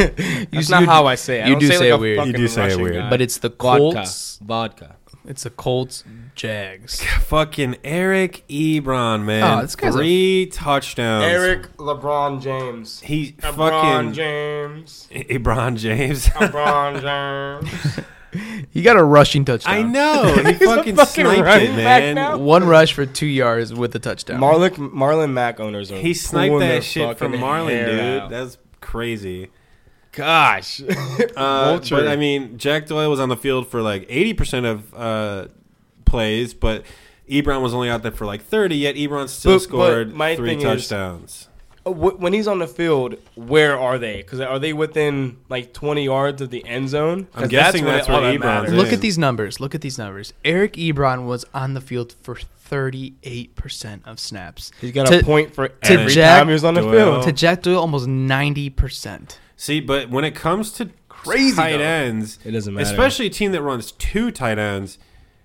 S3: That's
S2: not how I say it. I
S3: you
S2: don't
S3: do
S2: say,
S3: say
S2: like
S3: it
S2: a
S3: weird. You
S2: fucking
S1: do say it
S2: Russian
S1: weird.
S2: guy.
S3: But it's the
S2: vodka,
S3: Colts.
S2: vodka.
S3: It's the Colts Jags.
S1: Fucking Eric Ebron, man.
S3: Oh, this guy's a-
S1: Three touchdowns.
S2: Eric LeBron James.
S1: He
S2: LeBron
S1: fucking
S2: James.
S1: Ebron James.
S2: LeBron James.
S3: He got a rushing touchdown.
S1: I know. He
S2: He's a
S1: fucking,
S2: fucking
S1: sniped it,
S2: running back
S1: man.
S2: now?
S3: One rush for two yards with a touchdown.
S2: Marlon Marlon Mack owners. Are
S1: He sniped
S2: pulling their
S1: that shit from
S2: fucking
S1: Marlon,
S2: hair
S1: dude.
S2: out.
S1: That's crazy.
S2: Gosh.
S1: Uh,
S2: Vulture.
S1: but I mean, Jack Doyle was on the field for like eighty percent of uh, plays, but Ebron was only out there for like thirty. Yet Ebron still
S2: But- but
S1: scored
S2: my
S1: three
S2: thing is-
S1: touchdowns.
S2: Uh, Wh- when he's on the field, where are they? Because are they within like 20 yards of the end zone? 'Cause
S1: I'm guessing
S2: when
S1: that's
S2: it- all
S1: where
S2: that
S1: Ebron's
S2: matters.
S1: at.
S3: Look
S1: Dang.
S3: at these numbers. Look at these numbers. Eric Ebron was on the field for 38% of snaps.
S2: He's got
S3: To-
S2: a point for
S3: to
S2: every
S3: Jack
S2: time he was on the
S1: Doyle.
S2: field.
S3: To Jack Doyle, almost 90%.
S1: See, but when it comes to
S3: Crazy,
S1: tight
S3: though.
S1: ends,
S2: It doesn't matter.
S1: Especially a team that runs two tight ends,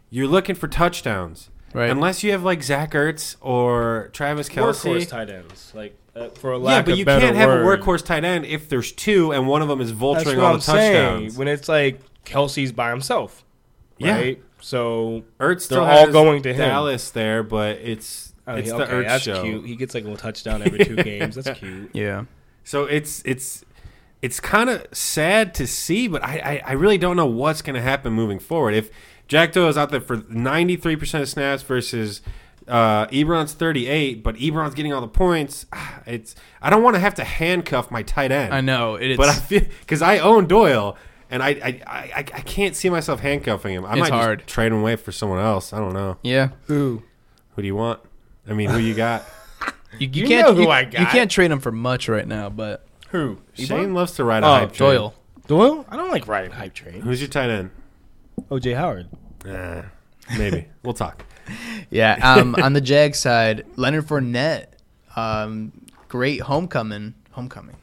S1: you're looking for touchdowns.
S3: Right.
S1: Unless you have like Zach Ertz or Travis Kelsey.
S2: Workhorse tight ends, like uh, for a
S1: Yeah,
S2: lack
S1: but
S2: of
S1: you
S2: better
S1: can't have a
S2: word.
S1: workhorse tight end if there's two and one of them is
S2: That's
S1: vulturing
S2: what
S1: all
S2: I'm
S1: the
S2: saying.
S1: touchdowns.
S2: When it's like Kelsey's by himself,
S1: Yeah.
S2: right? So
S1: Ertz still
S2: They're all
S1: has
S2: going to him.
S1: Dallas there, but it's
S2: oh,
S1: it's
S2: he-
S1: the
S2: okay,
S1: Ertz
S2: that's
S1: show.
S2: cute. He gets like a little touchdown every two games. That's cute.
S3: Yeah.
S1: So it's it's it's kind of sad to see, but I, I I really don't know what's going to happen moving forward. If Jack Doyle is out there for ninety three percent of snaps versus uh, Ebron's thirty eight, but Ebron's getting all the points, ah, it's I don't want to have to handcuff my tight end.
S3: I know. It, it's
S1: but I feel because I own Doyle. And I, I, I, I can't see myself handcuffing him. I
S3: It's
S1: might
S3: hard.
S1: just trade him away for someone else. I don't know.
S3: Yeah.
S2: Who?
S1: Who do you want? I mean, who you got?
S3: You, you
S2: You
S3: can't
S2: know who
S3: you,
S2: I got.
S3: you can't trade him for much right now, but
S2: Who?
S1: Shane loves to ride a
S2: Oh,
S1: hype train.
S3: Doyle.
S2: Doyle? I don't like riding hype train.
S1: Who's your tight end?
S2: OJ Howard.
S1: Eh, maybe we'll talk.
S3: Yeah. Um, on the Jag side, Leonard Fournette, um, great homecoming. Homecoming.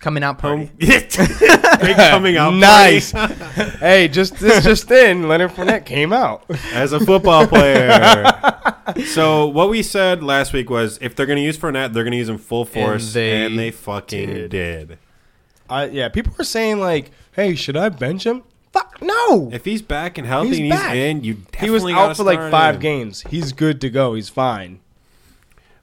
S3: Coming out party.
S1: Home. Great coming out.
S2: Nice.
S1: party.
S2: hey, just this just in, Leonard Fournette came out.
S1: As a football player. so what we said last week was if they're going to use Fournette, they're going to use him full force, and
S3: they
S1: they, fucking
S3: did.
S1: did.
S2: I yeah, people were saying like, "Hey, should I bench him?" Fuck no.
S1: If he's back and healthy
S2: He's
S1: and he's
S2: back.
S1: in, you definitely
S2: he was
S1: gotta
S2: out for like
S1: start
S2: five
S1: him.
S2: games. He's good to go. He's fine.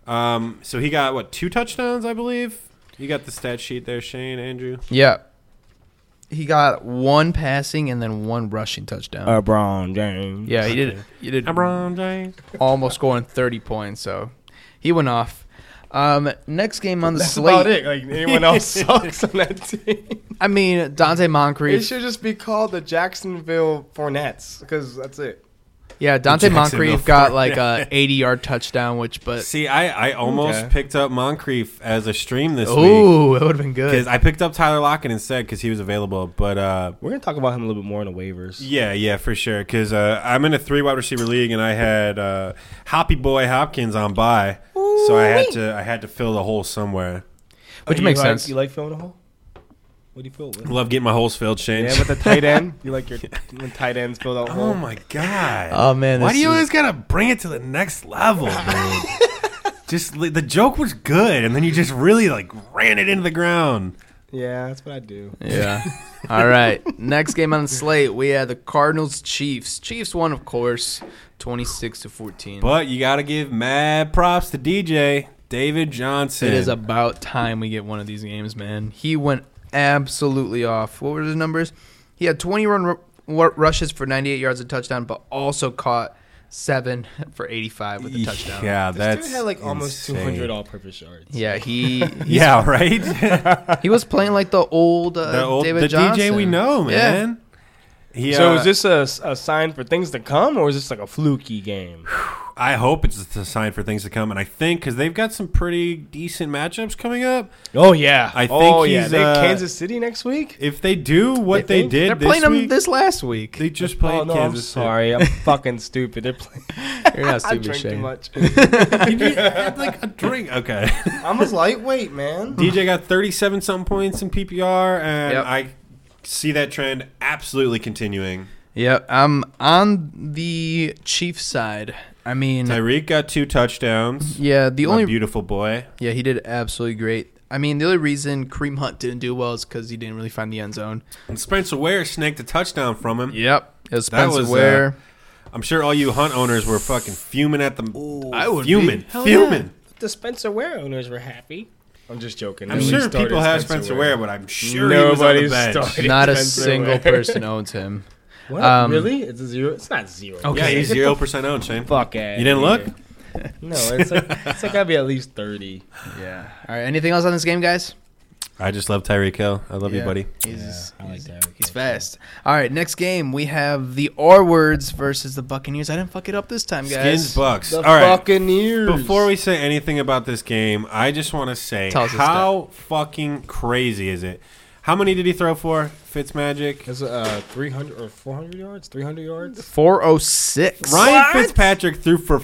S1: Um, so he got what two touchdowns, I believe. You got the stat sheet there, Shane Andrew.
S3: Yeah. He got one passing and then one rushing touchdown.
S2: Oh. Brown James.
S3: yeah, he did. He did
S1: LeBron James.
S3: almost scoring 30 points, so he went off. Um, next game on the
S2: That's
S3: slate.
S2: about it. Like anyone else sucks on that team.
S3: I mean, Dante
S2: It
S3: Moncrief.
S2: should just be called the Jacksonville Fournettes because that's it.
S3: Yeah, Dante
S1: Jacksonville
S3: Moncrief got like a
S1: Fernandez.
S3: 80 yard touchdown, which, but
S1: See, I, I almost
S2: Okay.
S1: picked up Moncrief as a stream this week
S3: ooh, that would have been
S1: because
S3: good.
S1: I picked up Tyler Lockett instead because he was available. But uh,
S2: We're gonna talk about him a little bit more in the waivers.
S1: yeah, yeah, for sure. Because uh, I'm in a three wide receiver league and I had uh, Hoppy Boy Hopkins on by, so I had to I had to fill the hole somewhere.
S3: Which
S2: you
S3: makes
S2: like-
S3: sense.
S2: You like filling a hole? What do you fill it with?
S1: Love getting my holes filled, Shane.
S2: Yeah, with the tight end. You like your when tight ends fill out
S1: oh
S2: hole.
S1: my god.
S3: Oh, man,
S1: why
S3: this
S1: do you
S3: is-
S1: always gotta bring it to the next level, dude? just li- the joke was good, and then you just really like ran it into the ground.
S2: Yeah, that's what I do.
S3: Yeah. All right. Next game on the slate, we had the Cardinals Chiefs. Chiefs won, of course, 26 to 14.
S1: But you gotta give mad props to DJ David Johnson.
S3: It is about time we get one of these games, man. He went absolutely off. What were his numbers? He had 20 run r- w- rushes for 98 yards and touchdown, but also caught seven for 85 with a touchdown. Yeah.
S1: Yeah, that's
S2: This dude had like almost
S1: insane.
S2: 200 all-purpose yards.
S3: he
S1: Yeah, right. the
S3: he was playing like the old, uh,
S1: old
S3: David
S1: the
S3: Johnson.
S1: DJ we know,
S3: Yeah.
S1: man. He,
S2: So
S1: uh,
S2: is this a, a sign for things to come, or is this like a fluky game?
S1: I hope it's a sign for things to come, and I think because they've got some pretty decent matchups coming up.
S2: Oh yeah,
S1: I think
S2: oh yeah,
S1: he's,
S2: they
S1: uh,
S2: Kansas City next week.
S1: If they do what they,
S2: think?
S1: did,
S3: They're
S1: this
S3: playing
S1: week,
S3: him this last week.
S1: They just played
S2: oh no,
S1: Kansas.
S2: I'm sorry, I'm fucking stupid. They're playing.
S3: You're not
S2: I
S3: stupid,
S2: drink too
S3: Shane.
S2: much.
S1: City. you had like a drink. Okay.
S2: I'm a lightweight man.
S1: DJ got 37 something points in PPR, and
S3: Yep.
S1: I see that trend absolutely continuing.
S3: Yep, I'm on the Chiefs side. I mean,
S1: Tyreek got two touchdowns.
S3: yeah, the
S1: My
S3: only
S1: beautiful boy.
S3: yeah he did absolutely great. I mean, the only reason Kareem Hunt didn't do well is because he didn't really find the end zone.
S1: And Spencer Ware snaked a touchdown from him.
S3: Yep, it was
S1: That
S3: Spencer
S1: was, uh,
S3: Ware.
S1: I'm sure all you Hunt owners were fucking fuming at the.
S3: I would be.
S1: fuming,
S3: Hell
S1: fuming.
S2: The Spencer Ware owners were happy. I'm just joking.
S1: I'm sure people have Spencer Ware, but I'm sure he
S2: Nobody's
S1: was on the bench.
S2: starting.
S3: Not a
S2: Spencer
S3: single
S2: Ware.
S3: person owns him.
S2: What?
S3: Um,
S2: really? It's a zero. It's not zero.
S3: Okay.
S1: Yeah, he's
S2: Get the
S1: zero percent owned, Shane.
S2: Fuck out.
S1: You didn't look?
S2: No, it's like it's like gotta be at least thirty.
S3: Yeah. All right. Anything else on this game, guys?
S1: I just love Tyreek Hill. I love
S3: Yeah.
S1: you, buddy.
S3: He's,
S2: I like that.
S3: he's fast. All right. Next game, we have the R words versus the Buccaneers. I didn't fuck it up this time, guys.
S1: Skins Bucks.
S2: The
S1: all right.
S2: Buccaneers.
S1: Before we say anything about this game, I just want to say
S3: Tell us the
S1: how fucking crazy is it? How many did he throw for? Fitzmagic.
S2: That's uh, 300 or 400 yards? 300 yards?
S3: 406.
S1: Ryan Fitzpatrick threw for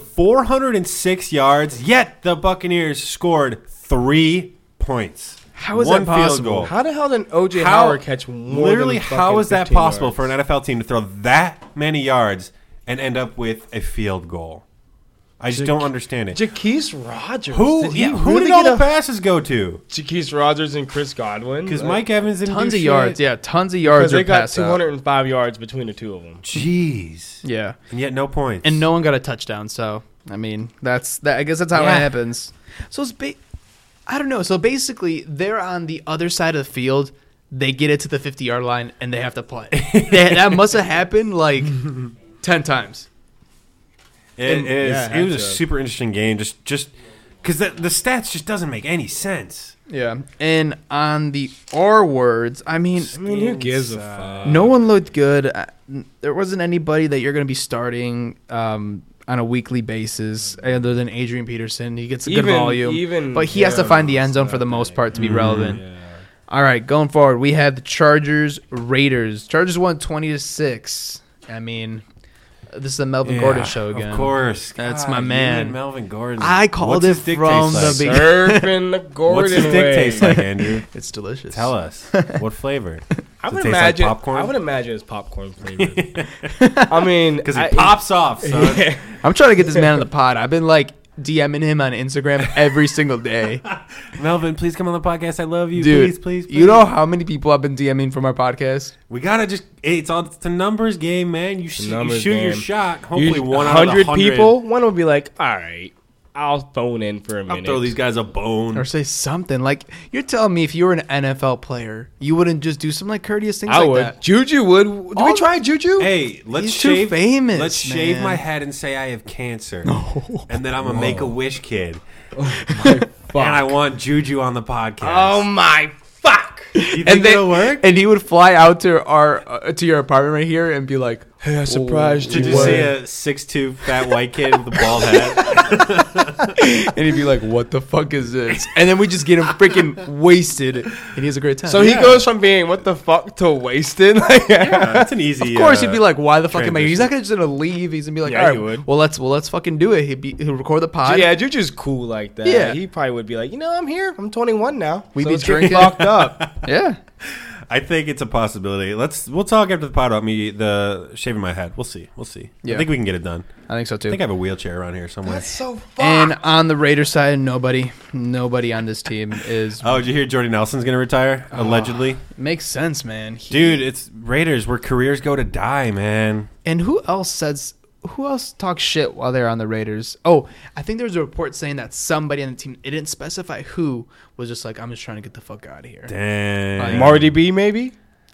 S1: 406 yards, yet the Buccaneers scored three points.
S3: How is
S1: One
S3: that possible?
S1: Field goal.
S2: How the hell did OJ
S1: How-
S2: Howard catch more
S1: Literally,
S2: than
S1: how
S2: fucking
S1: is that
S2: 15
S1: possible
S2: yards?
S1: for an NFL team to throw that many yards and end up with a field goal? I just don't understand it.
S2: Jaquez Rogers.
S1: who
S2: Did he
S1: yeah, who
S2: really
S1: did all
S2: get
S1: the passes go to?
S2: Jaquez Rogers and Chris Godwin?
S1: Because
S2: Like,
S1: Mike Evans didn't
S3: Tons
S1: do
S3: of
S1: shit.
S3: yards. Yeah, tons of
S2: 'cause
S3: yards.
S2: they
S3: They
S2: got 205 yards between the two of them.
S1: Jeez.
S3: Yeah.
S1: And yet no points.
S3: and no one got a touchdown. So I mean, that's that. I guess that's how
S1: Yeah.
S3: it happens. So it's ba- I don't know. So basically, they're on the other side of the field. They get it to the fifty yard line and they have to play. that, that must have happened like ten times.
S1: It
S3: And-
S1: is.
S2: Yeah,
S1: it was a
S2: had to.
S1: super interesting game. Just, just because the, the stats just doesn't make any sense.
S3: Yeah. And on the R words, I mean,
S2: I mean, who gives a
S1: Inside.
S2: fuck?
S3: no one looked good. I- n- There wasn't anybody that you're going to be starting. Um, on a weekly basis, other than Adrian Peterson, he gets a good
S2: Even-
S3: volume,
S2: even
S3: but he has to
S2: him
S3: find the end
S2: was
S3: zone for
S2: not
S3: the most
S2: big.
S3: part to be relevant.
S2: Mm-hmm. Yeah.
S3: All right, going forward, we have the Chargers Raiders. Chargers won twenty to six. I mean, this is the Melvin Gordon show again.
S1: Of course,
S3: That's
S1: God,
S3: my
S1: you
S3: man.
S1: and Melvin Gordon.
S3: I called
S1: What's his
S3: it
S1: dick
S3: from
S1: taste
S3: the
S1: like?
S3: beginning.
S2: Surfing the Gordon
S1: What's his
S2: way.
S1: dick taste like, Andrew?
S3: It's delicious.
S1: Tell us what flavor.
S2: I
S1: Does it
S2: would
S1: taste like
S2: imagine.
S1: popcorn?
S2: I would imagine it's popcorn flavored. I mean,
S1: Because
S2: I-
S1: it pops off. Son.
S2: Yeah.
S3: I'm trying to get this man on the pod. I've been like DMing him on Instagram every single day,
S1: Melvin, please come on the podcast. I love you.
S3: dude.
S1: please, please, please.
S3: You know how many people I've been DMing from our podcast?
S1: we gotta just. It's all it's a numbers game, man. You, sh- you
S2: numbers
S1: shoot your
S2: game.
S1: shot.
S2: You-
S1: Hopefully, one out of the hundred
S2: people, one will be like, "All right, I'll phone in for a
S1: I'll
S2: minute."
S1: throw these guys a bone.
S3: Or say something like you're telling me if you were an NFL player, you wouldn't just do some like courteous things
S2: I
S3: like
S2: would.
S3: that.
S2: Juju would. Do
S3: All
S2: we try Juju?
S1: Hey, let's
S3: He's too
S1: shave.
S3: famous,
S1: Let's shave
S3: man.
S1: my head and say I have cancer, and then I'm a Make a Wish kid,
S3: Oh
S1: and I want Juju on the podcast.
S2: oh my fuck!
S1: Do you think
S3: and they,
S1: it'll work?
S3: And he would fly out to our uh, to your apartment right here and be like,
S2: Hey, I surprised
S1: Did you see a six-two fat white kid with a bald hat?
S3: and he'd be like, "What the fuck is this?" And then we just get him freaking wasted, and he has a great time.
S2: So he goes from being what the fuck to wasted. Like,
S1: Uh, that's an easy.
S3: Of course,
S1: uh,
S3: he'd be like, "Why the fuck am I?" here?" He's
S1: transition.
S3: not gonna just gonna leave. He's gonna be like,
S2: Yeah,
S3: "All
S2: he
S3: right,
S2: would.
S3: well let's well let's fucking do it." He'd be he'll record the pod.
S2: yeah, Juju's cool like that.
S3: Yeah.
S2: he probably would be like, you know, I'm here. I'm 21 now.
S3: We'd
S2: So
S3: be
S2: let's get
S3: drinking.
S2: fucked up.
S3: yeah.
S1: I think it's a possibility. Let's we'll talk after the pod about me the shaving my head. We'll see. We'll see. I
S3: Yeah.
S1: think we can get it done.
S3: I think so
S1: I
S3: too.
S1: think I have a wheelchair around here somewhere.
S2: That's so fucked.
S3: and on the Raider side, nobody, nobody on this team is
S1: oh, did you hear Jordy Nelson's going to retire
S3: Oh.
S1: allegedly?
S3: makes sense, man. He-
S1: Dude, it's Raiders where careers go to die, man.
S3: And who else says who else talks shit while they're on the Raiders? Oh, I think there was a report saying that somebody on the team it didn't specify who was just like, I'm just trying to get the fuck out of here.
S1: Damn.
S2: Marty B, maybe.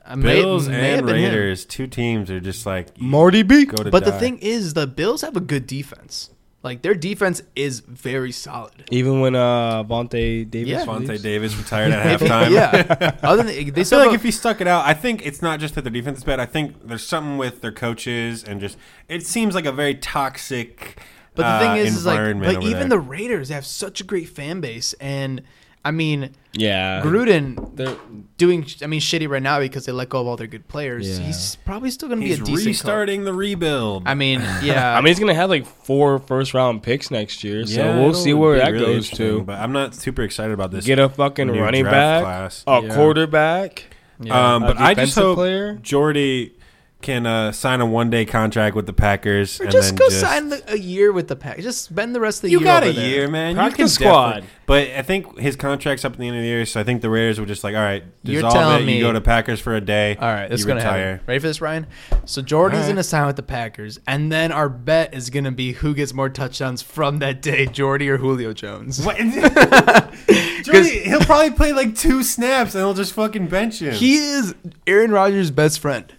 S3: I may-
S1: Bills
S3: may have
S1: and
S3: been him.
S1: Raiders, two teams are just like you
S2: Marty B.
S1: go to
S3: But the
S1: die.
S3: thing is, the Bills have a good defense. Like their defense is very solid.
S2: Even when uh Vontae Davis.
S3: Yeah.
S1: Vontae
S2: leaves.
S1: Davis retired at halftime.
S3: yeah. Other than they
S1: I feel
S3: still
S1: like
S3: have
S1: if you stuck it out, I think it's not just that their defense is bad. I think there's something with their coaches and just it seems like a very toxic.
S3: But the
S1: uh,
S3: thing is, is like,
S1: environment
S3: but
S1: over
S3: even
S1: there.
S3: the Raiders have such a great fan base, and I mean,
S2: yeah.
S3: Gruden,
S2: They're-
S3: doing, I mean, shitty right now because they let go of all their good players.
S2: Yeah.
S3: He's probably still going to be a
S1: he's
S3: decent coach.
S1: restarting the rebuild.
S3: I mean, yeah,
S2: I mean, he's gonna have like four first round picks next year, so
S1: Yeah,
S2: we'll
S1: it'll
S2: see where
S1: be
S2: that
S1: really
S2: goes
S1: interesting,
S2: to.
S1: But I'm not super excited about this. Um,
S2: Get a fucking
S1: new
S2: running
S1: draft
S2: back,
S1: class.
S2: a
S3: Yeah.
S2: quarterback.
S3: yeah.
S1: um,
S2: a
S1: but I just
S2: defensive
S1: hope
S2: player.
S1: Jordy can uh, sign a one day contract with the Packers.
S3: Or
S1: and
S3: just
S1: then
S3: go sign the, a year with the pack. Just spend the rest of the
S1: You
S3: year.
S1: got a
S3: over there.
S1: year, man.
S2: Pack
S1: you can
S2: the squad.
S1: definitely- But I think his contract's up at the end of the year, so I think the Raiders were just like, all right,
S3: You're
S1: dissolve
S3: telling
S1: it.
S3: me-
S1: You go to Packers for a day.
S3: All right, that's
S1: you
S3: gonna
S1: retire.
S3: happen. Ready for this, Ryan? So Jordan's
S1: All right.
S3: gonna sign with the Packers, and then our bet is gonna be who gets more touchdowns from that day, Jordy or Julio Jones.
S1: What? Jordy, he'll probably play like two snaps and he'll just fucking bench him.
S3: He is Aaron Rodgers' best friend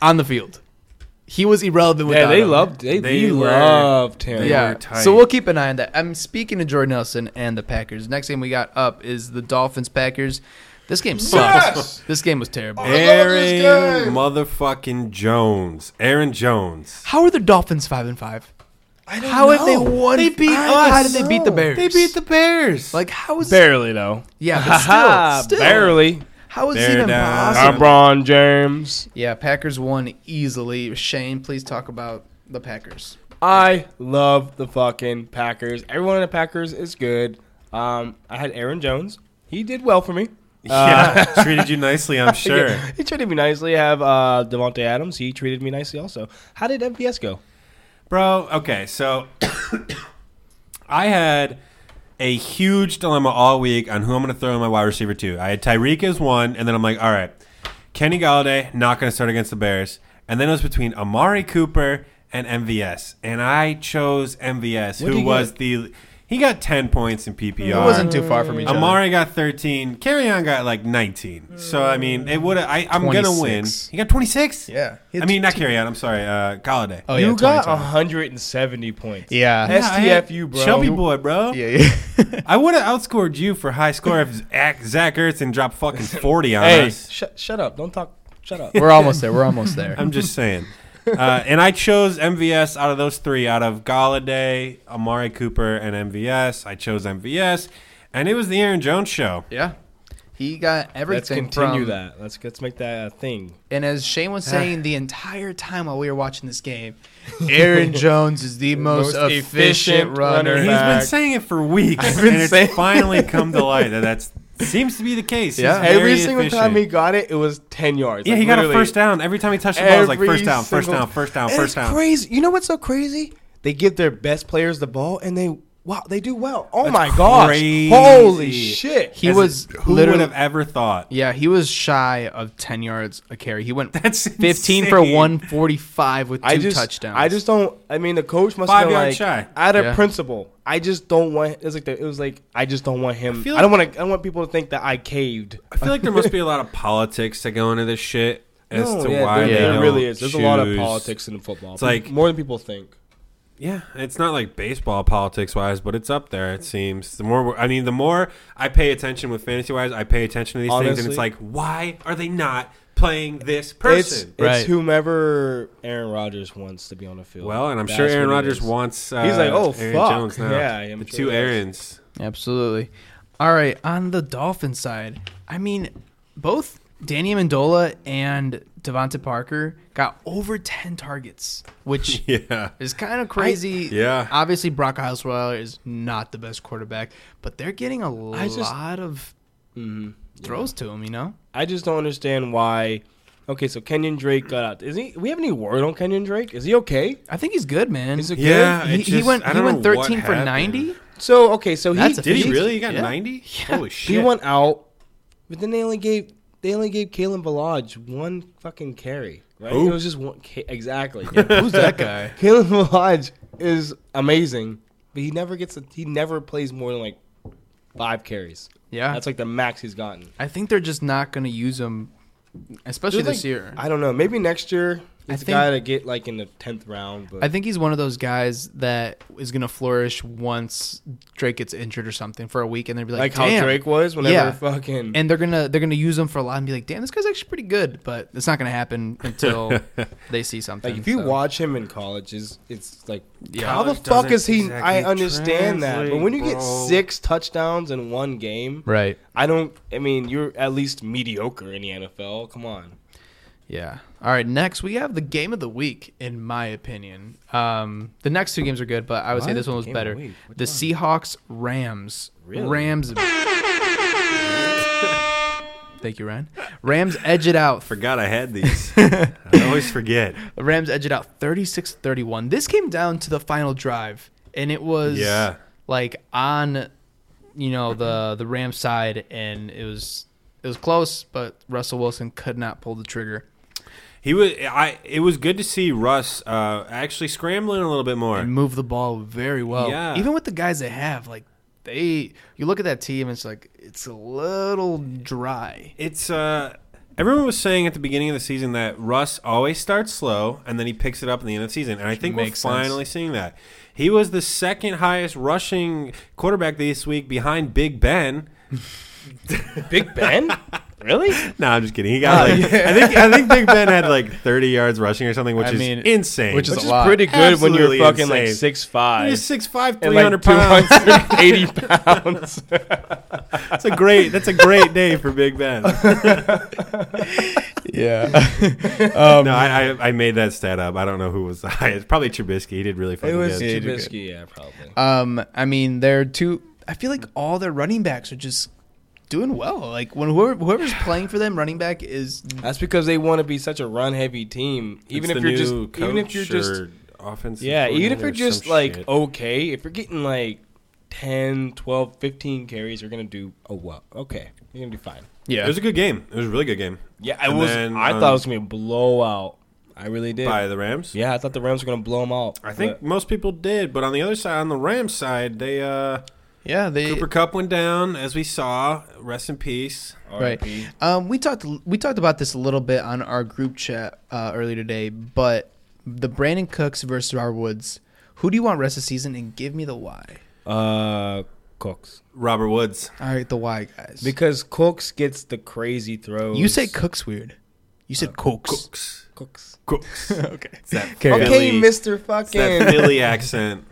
S3: on the field. He was irrelevant.
S2: Yeah,
S3: Without
S2: they
S3: him.
S2: loved. They,
S1: They
S2: we
S1: were-
S2: loved him.
S1: they
S3: yeah.
S1: were tight.
S3: So we'll keep an eye on that. I'm speaking to Jordan Nelson and the Packers. Next game we got up is the Dolphins Packers. This game sucks.
S2: Yes!
S3: This game was terrible.
S1: Aaron motherfucking Jones. Aaron Jones.
S3: How are the Dolphins five and five?
S1: I
S3: How have they won?
S1: They beat
S3: How
S1: us.
S3: did they beat the Bears?
S1: They beat the Bears.
S3: like how is
S2: Barely though.
S3: yeah, but still, still
S2: barely.
S3: How is
S1: They're
S3: it even
S1: down.
S3: possible?
S2: LeBron James.
S3: Yeah, Packers won easily. Shane, please talk about the Packers.
S2: I love the fucking Packers. Everyone in the Packers is good. Um, I had Aaron Jones. He did well for me.
S1: yeah,
S3: Uh,
S1: treated you nicely, I'm sure.
S2: He treated me nicely. I have uh, Devontae Adams. He treated me nicely also. How did MVS go?
S1: Bro, okay, so I had a huge dilemma all week on who I'm going to throw in my wide receiver to. I had Tyreek as one, and then I'm like, all right, Kenny Galladay, not going to start against the Bears. And then it was between Amari Cooper and MVS. And I chose MVS,
S2: did
S1: who
S2: he
S1: was the. He got 10 points in PPR.
S3: It wasn't too far from each other.
S1: Amari got 13. Carrion got like 19. So I mean, it would. I I'm gonna win.
S3: 26.
S1: He got 26.
S3: Yeah.
S1: I mean, not Carrion. I'm sorry. Uh, Galladay.
S3: Oh,
S2: you
S3: yeah,
S2: got
S3: 20.
S2: 170 points.
S3: yeah.
S1: Yeah, I had
S2: STFU, bro.
S1: Chubby boy, bro.
S3: Yeah, yeah.
S1: I would have outscored you for high score if Zach Zach Ertz dropped fucking 40 on
S2: Hey,
S1: us.
S2: shut shut up. Don't talk. Shut up.
S3: We're almost there. We're almost there.
S1: I'm just saying. Uh, and I chose MVS out of those three, out of Galladay, Amari Cooper, and MVS. I chose MVS, and it was the Aaron Jones show.
S3: yeah. He got
S2: Let's
S3: everything
S2: continue
S3: from-
S2: that. Ah. Let's let's make that a thing.
S3: And as Shane was saying the entire time while we were watching this game, Aaron Jones is the most,
S2: most
S3: efficient
S2: efficient
S3: runner.
S2: runner.
S1: He's
S2: Back.
S1: been saying it for weeks,
S2: I've been
S1: and it's
S2: saying-
S1: finally come to light that that's seems to be the case. He's
S3: Yeah.
S1: very
S2: Every single
S1: efficient.
S2: time he got it, it was 10 yards.
S1: yeah,
S2: Like,
S1: he got a
S2: literally.
S1: first down every time he touched the ball. It was like
S2: Every
S1: first down, first
S2: single-
S1: down, first down,
S2: And
S1: first
S2: it's
S1: down.
S2: Crazy. You know what's so crazy? They give their best players the ball and they wow, they do well. Oh
S1: That's
S2: my gosh.
S1: crazy.
S2: Holy shit.
S3: He
S1: As
S3: was
S1: who would
S3: literally-
S1: have ever thought?
S3: Yeah, he was shy of 10 yards a carry. He went
S1: That's
S3: 15 for
S1: insane.
S3: 145 with two
S2: I just
S3: touchdowns.
S2: I just don't I mean the coach must
S1: Five
S2: have been
S1: yard
S2: like
S1: shy.
S2: out of
S3: Yeah.
S2: principle. I just don't want it was like the, it was like I just don't want him. I,
S1: feel
S2: don't want to I don't want people to think that I caved.
S1: I feel like there must be a lot of politics that go into this shit as
S2: No,
S1: to
S2: yeah,
S1: why
S2: there,
S1: they
S2: there
S1: don't
S2: really is. There's a lot of
S1: choose-
S2: politics in football. It's
S1: like-
S2: like more than people think.
S1: Yeah, it's not like baseball politics wise, but it's up there. It seems the more I mean, the more I pay attention with fantasy wise, I pay attention to these things, and
S2: Honestly.
S1: it's like, why are they not playing this
S2: It's,
S1: person.
S2: it's
S3: Right.
S2: whomever Aaron Rodgers wants to be on the field.
S1: well, and I'm
S2: That's
S1: sure Aaron
S2: what it
S1: Rodgers
S2: is.
S1: wants. Uh,
S2: He's like, "Oh,
S1: Aaron
S2: fuck."
S1: Jones now.
S2: Yeah, I am
S1: the
S2: sure
S1: two
S2: he is.
S1: Aarons.
S3: Absolutely. All right, on the Dolphin side, I mean, both Danny Amendola and Devonta Parker got over 10 targets, which
S1: Yeah,
S3: is kind of crazy.
S1: yeah.
S3: Obviously, Brock Osweiler is not the best quarterback, but they're getting a lot
S2: just-
S3: of
S1: Mm-hmm.
S3: throws to him, you know?
S2: I just don't understand why. Okay, so Kenyon Drake got out. Is he? We have any word on Kenyon Drake? Is he okay?
S3: I think he's good, man.
S2: Is it
S1: yeah.
S3: he,
S1: it
S3: he
S1: just-
S3: went,
S1: I
S3: he
S1: don't
S3: went
S1: know what
S3: 13 for
S1: happened.
S3: 90.
S2: good? So okay, so he
S3: That's a
S1: Did he
S3: He's-
S1: really? He got
S3: yeah.
S1: 90? Holy shit!
S2: he went out, but then they only gave they only gave Kalen Balaj one fucking carry. Right?
S1: Who?
S2: It was just one. Ca- exactly.
S3: Who's that guy?
S2: Kalen Balaj is amazing, but he never gets a, he never plays more than like five carries.
S3: Yeah.
S2: That's like the max he's gotten.
S3: I think they're just not going to use him, especially
S2: There's,
S3: this
S2: like-
S3: year.
S2: I don't know. Maybe next year
S3: I
S2: he's a
S3: think-
S2: guy to get like in the tenth round. But
S3: I think he's one of those guys that is going to flourish once Drake gets injured or something for a week, and they'll be like,
S2: like
S3: "Damn."
S2: how Drake was whenever
S3: Yeah.
S2: fucking
S3: And they're gonna they're gonna use him for a lot and be like, "Damn, this guy's actually pretty good," but it's not gonna happen until they see something.
S2: like if you
S3: so.
S2: watch him in college, is it's like
S3: Yeah.
S2: how the
S1: College
S2: fuck is he?
S1: doesn't
S2: I
S1: exactly
S2: understand that, but when you get
S1: translate, bro.
S2: six touchdowns in one game,
S3: right,
S2: I don't. I mean, you're at least mediocre in the NFL. Come on.
S3: yeah, all right. Next, we have the game of the week, in my opinion. Um, the next two games are good, but I would say
S2: What?
S3: this one was
S2: Game of
S3: better.
S2: the week?
S3: The
S2: Which
S3: Seahawks Rams
S2: Really?
S3: Rams. Thank you, Ryan. Rams edge it out
S1: Forgot I had these. I always forget.
S3: The Rams edged it out 36-31. This came down to the final drive, and it was
S1: Yeah.
S3: like on you know the the Rams side, and it was it was close, but Russell Wilson could not pull the trigger.
S1: He was. I. It was good to see Russ uh, actually scrambling a little bit more.
S3: and move the ball very well.
S1: Yeah.
S3: Even with the guys they have, like they you look at that team, it's like it's a little dry.
S1: It's uh everyone was saying at the beginning of the season that Russ always starts slow and then he picks it up in the end of the season. And I think
S3: Makes
S1: we're
S3: sense.
S1: finally seeing that. He was the second highest rushing quarterback this week behind Big Ben.
S2: Big Ben? really?
S1: No, I'm just kidding. He
S3: Oh,
S1: got like I think I think Big Ben had like 30 yards rushing or something, which
S3: I
S1: is
S3: mean,
S1: insane.
S3: which is
S2: Which
S3: a
S2: is
S3: lot.
S2: pretty good when
S1: Absolutely
S2: you're fucking like
S1: insane.
S2: six
S1: He
S2: five.
S1: was 6'5",
S2: and
S1: 300
S2: like
S1: pounds.
S2: 280 pounds.
S1: That's a great. That's a great day for Big Ben.
S3: Yeah.
S2: Um,
S1: no, I, I I made that stat up. I don't know who was the highest. Probably Trubisky. He did really
S2: it
S1: fucking
S2: was
S1: good.
S3: Yeah, you did
S2: Trubisky, yeah, probably.
S3: Um, I mean, they're two. I feel like all their running backs are just doing well. Like when whoever, whoever's playing for them, running back is
S2: That's because they want to be such a run heavy team. Even
S1: It's
S2: if
S1: the
S2: you're just,
S1: new
S2: even if
S1: coach
S2: you're just,
S1: or offensive
S2: yeah, even if
S1: coordinator
S2: you're
S1: or
S2: just
S1: some
S2: like oh,
S1: shit.
S2: okay, if you're getting like 10, 12, 15 carries, you're gonna do oh well, okay, you're gonna do fine.
S1: It was a good game. It was a really good game.
S2: Yeah, I
S1: And
S2: was.
S1: then,
S2: I
S1: um,
S2: thought it was gonna be a blowout. I really did.
S1: by the Rams.
S2: Yeah, I thought the Rams were gonna blow them out.
S1: I think most people did, but on the other side, on the Rams side, they uh
S3: yeah they
S1: Cooper Cup went down as we saw. Rest in peace.
S2: but
S3: right.
S2: RIP.
S3: Um, we talked we talked about this a little bit on our group chat uh, earlier today, but the Brandon Cooks versus our Woods. Who do you want rest of the season and give me the why?
S2: Uh, Cooks
S1: Robert Woods.
S3: All right, the why guys.
S2: because Cooks gets the crazy throws.
S3: you say Cooks weird. You said Cooks.
S1: Cooks.
S2: Cooks.
S1: Cooks.
S3: okay.
S1: It's that
S3: Carry on.
S2: Okay,
S1: Philly,
S2: Mister
S1: it's that
S2: Fucking.
S1: Philly accent.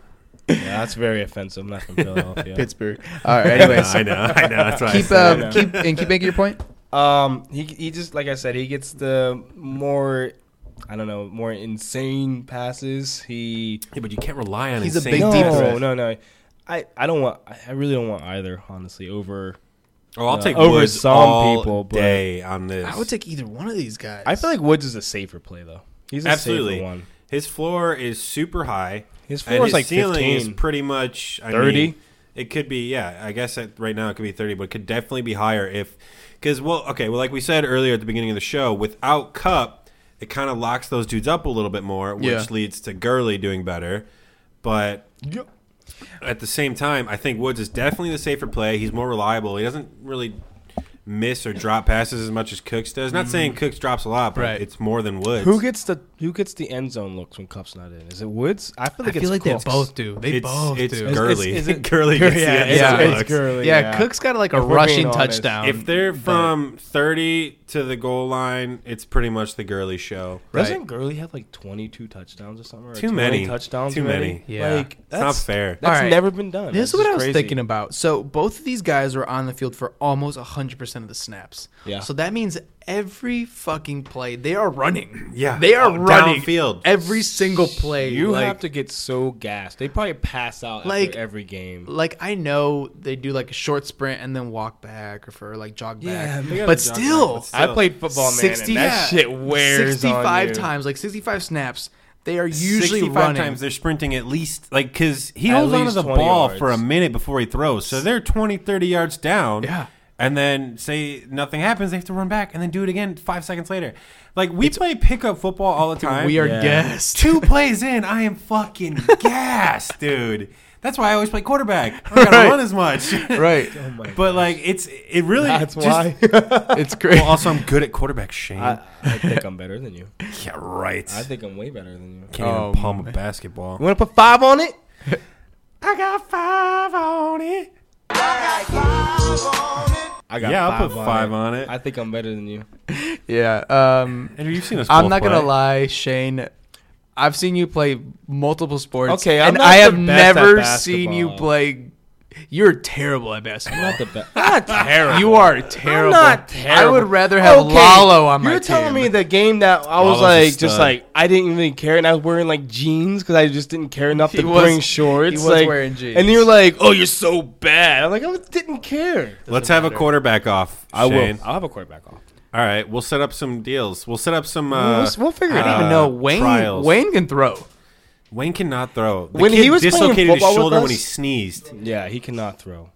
S2: yeah, that's very offensive. I'm not from Philadelphia.
S3: Pittsburgh. All right. Anyways,
S1: I know. I know. That's why I
S3: keep
S1: said it.
S3: um, keep and keep making your point.
S2: Um, he he just like I said, he gets the more, I don't know, more insane passes. He
S1: Yeah, but you can't rely on.
S3: He's a
S1: insane
S3: big
S2: no
S3: deep
S1: passes.
S3: threat.
S2: no no. I I don't want. I I really don't want either. Honestly, over.
S1: Oh, I'll
S2: No.
S1: take
S2: Over
S1: Woods
S2: some
S1: all
S2: people, but-
S1: day on this.
S3: I would take either one of these guys.
S2: I feel like Woods is a safer play though. He's a
S1: Absolutely.
S2: safer one.
S1: His floor is super high.
S2: His
S1: and
S2: floor
S1: his
S2: is like
S1: ceiling is
S2: fifteen.
S1: pretty much I
S2: 30?
S1: mean, it could be, yeah. I guess at, right now it could be thirty, but it could definitely be higher if because well, okay, well, like we said earlier at the beginning of the show, without Cup, it kind of locks those dudes up a little bit more, which
S3: Yeah.
S1: leads to Gurley doing better. But at the same time, I think Woods is definitely the safer play. He's more reliable. He doesn't really miss or drop passes as much as Cooks does. Not saying Cooks drops a lot, but
S3: Right.
S1: it's more than Woods.
S2: Mm-hmm. Who gets the who gets the end zone looks when Cup's not in? Is it Woods? I feel
S3: I
S2: like
S3: feel
S2: it's
S3: like
S2: Cooks.
S3: they both do. They
S1: it's,
S3: both
S1: it's
S3: do.
S2: Is-
S1: Gurley.
S2: is it-
S1: Gurley gets
S2: Yeah,
S1: the end
S3: yeah,
S1: zone
S3: it's
S1: looks.
S2: Gurley.
S3: yeah,
S2: yeah.
S3: Cook's got like a
S2: If we're being
S3: rushing
S2: honest.
S3: touchdown.
S1: If they're from 30 to the goal line, it's pretty much the Gurley show.
S2: Doesn't Gurley have like 22 touchdowns or something? Or
S1: Too
S2: 20
S1: many.
S2: touchdowns.
S1: Too
S2: already?
S1: many.
S3: Yeah.
S2: like,
S1: It's
S2: that's
S1: not fair.
S2: That's
S3: All right.
S2: never been done.
S3: This
S2: That's
S3: is what
S2: just
S3: I was
S2: crazy.
S3: thinking about. So both of these guys were on the field for almost 100% of the snaps.
S2: Yeah.
S3: So that means every fucking play, they are running.
S1: Yeah.
S3: They are
S1: Oh,
S3: running.
S1: downfield.
S3: Every single play.
S2: You
S3: like,
S2: have to get so gassed. They probably pass out
S3: Like-
S2: after every game.
S3: Like, I know they do like a short sprint and then walk back or for like jog
S2: Yeah,
S3: back.
S2: they
S3: but still,
S1: But
S2: I played football, man,
S3: 60
S2: and that
S3: yeah,
S2: shit wears on
S3: 65
S2: you.
S3: times, like 65 snaps, they are usually
S1: usually 65
S3: running.
S1: times they're sprinting at least like because he
S2: At
S1: holds onto
S2: least
S1: the
S2: 20
S1: ball
S2: yards.
S1: for a minute before he throws so they're 20 30 yards down
S3: Yeah.
S1: and then say nothing happens they have to run back and then do it again five seconds later like we play pickup football all the time
S3: we are
S2: Yeah.
S3: gassed.
S1: two plays in i am fucking gassed dude that's why i always play quarterback i don't
S3: Right.
S1: gotta run as much
S3: right.
S1: but like it's it really
S2: That's
S1: just-
S2: why.
S3: It's crazy.
S1: well, also i'm good at quarterback shane
S2: I, I think I'm better than you.
S1: yeah right
S2: I think um, I'm way better than you.
S1: can't
S3: Oh,
S1: even palm a basketball
S2: You want to put five on it?
S1: i got five on it
S2: I got.
S1: Yeah, I'll
S2: five
S1: put five on it.
S2: I think I'm better than you.
S3: yeah. Um,
S1: Andrew, you've seen us.
S3: I'm
S1: both
S3: not gonna
S1: play.
S3: lie, Shane. I've seen you play multiple sports.
S2: Okay, I'm
S3: and
S2: not
S3: I
S2: the
S3: have
S2: best at
S3: never seen you
S2: basketball.
S3: play. You're terrible at basketball.
S2: Not the best. Not terrible.
S3: You are terrible.
S2: I'm not terrible.
S3: I would rather have
S2: Okay,
S3: Lalo on my
S2: You're telling
S3: team.
S2: me the game that I
S1: Lalo's
S2: was
S1: a
S2: like, just
S1: stud.
S2: like I didn't even care, and I was wearing like jeans because I just didn't care enough
S3: He
S2: to
S3: was-
S2: bring shorts.
S3: he was
S2: like-
S3: wearing jeans.
S2: and you're like, oh, you're so bad. I'm like, I didn't care.
S1: Let's have a quarterback off.
S2: I will.
S1: Shane.
S2: I'll have a quarterback off.
S1: All right, we'll set up some deals. We'll set up some.
S2: We'll-
S1: Uh,
S2: we'll, figure it
S3: I
S2: out.
S3: don't
S1: uh,
S3: even know Wayne.
S1: trials.
S3: Wayne can throw.
S1: Wayne cannot throw. The
S2: When
S1: kid
S2: he was playing
S1: dislocated his
S2: football with
S1: shoulder when
S2: us-
S1: he sneezed.
S2: Yeah, he cannot throw.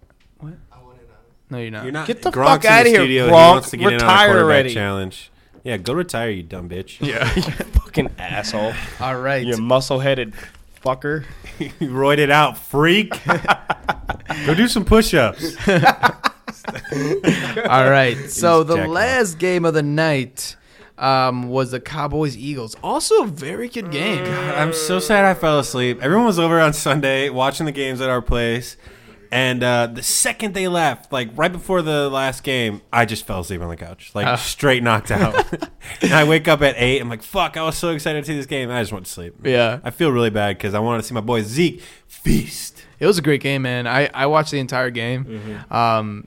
S3: No, you're not.
S1: You're not.
S2: Get the
S1: Gronk's
S2: fuck
S1: in
S2: outta
S1: the
S2: here,
S1: studio. He
S2: Gronk.
S1: wants to get in on a
S2: Retire
S1: quarterback
S2: already.
S1: challenge. Yeah, go retire, you dumb bitch.
S3: Yeah.
S2: Fucking asshole.
S3: All right.
S2: you muscle-headed fucker.
S1: you roid it out, freak. go do some push-ups.
S3: All right. So the
S1: jacked up.
S3: last game of the night um, was the Cowboys Eagles. Also a very good game.
S2: Mm.
S1: I'm so sad I fell asleep. Everyone was over on Sunday watching the games at our place. And uh, the second they left, like right before the last game, I just fell asleep on the couch, like
S3: Oh.
S1: straight knocked out. and I wake up at eight. I'm like, "Fuck! I was so excited to see this game. and I just went to sleep."
S3: Yeah.
S1: I feel really bad because I wanted to see my boy Zeke feast.
S3: It was a great game, man. I, I watched the entire game.
S2: Mm-hmm.
S3: Um,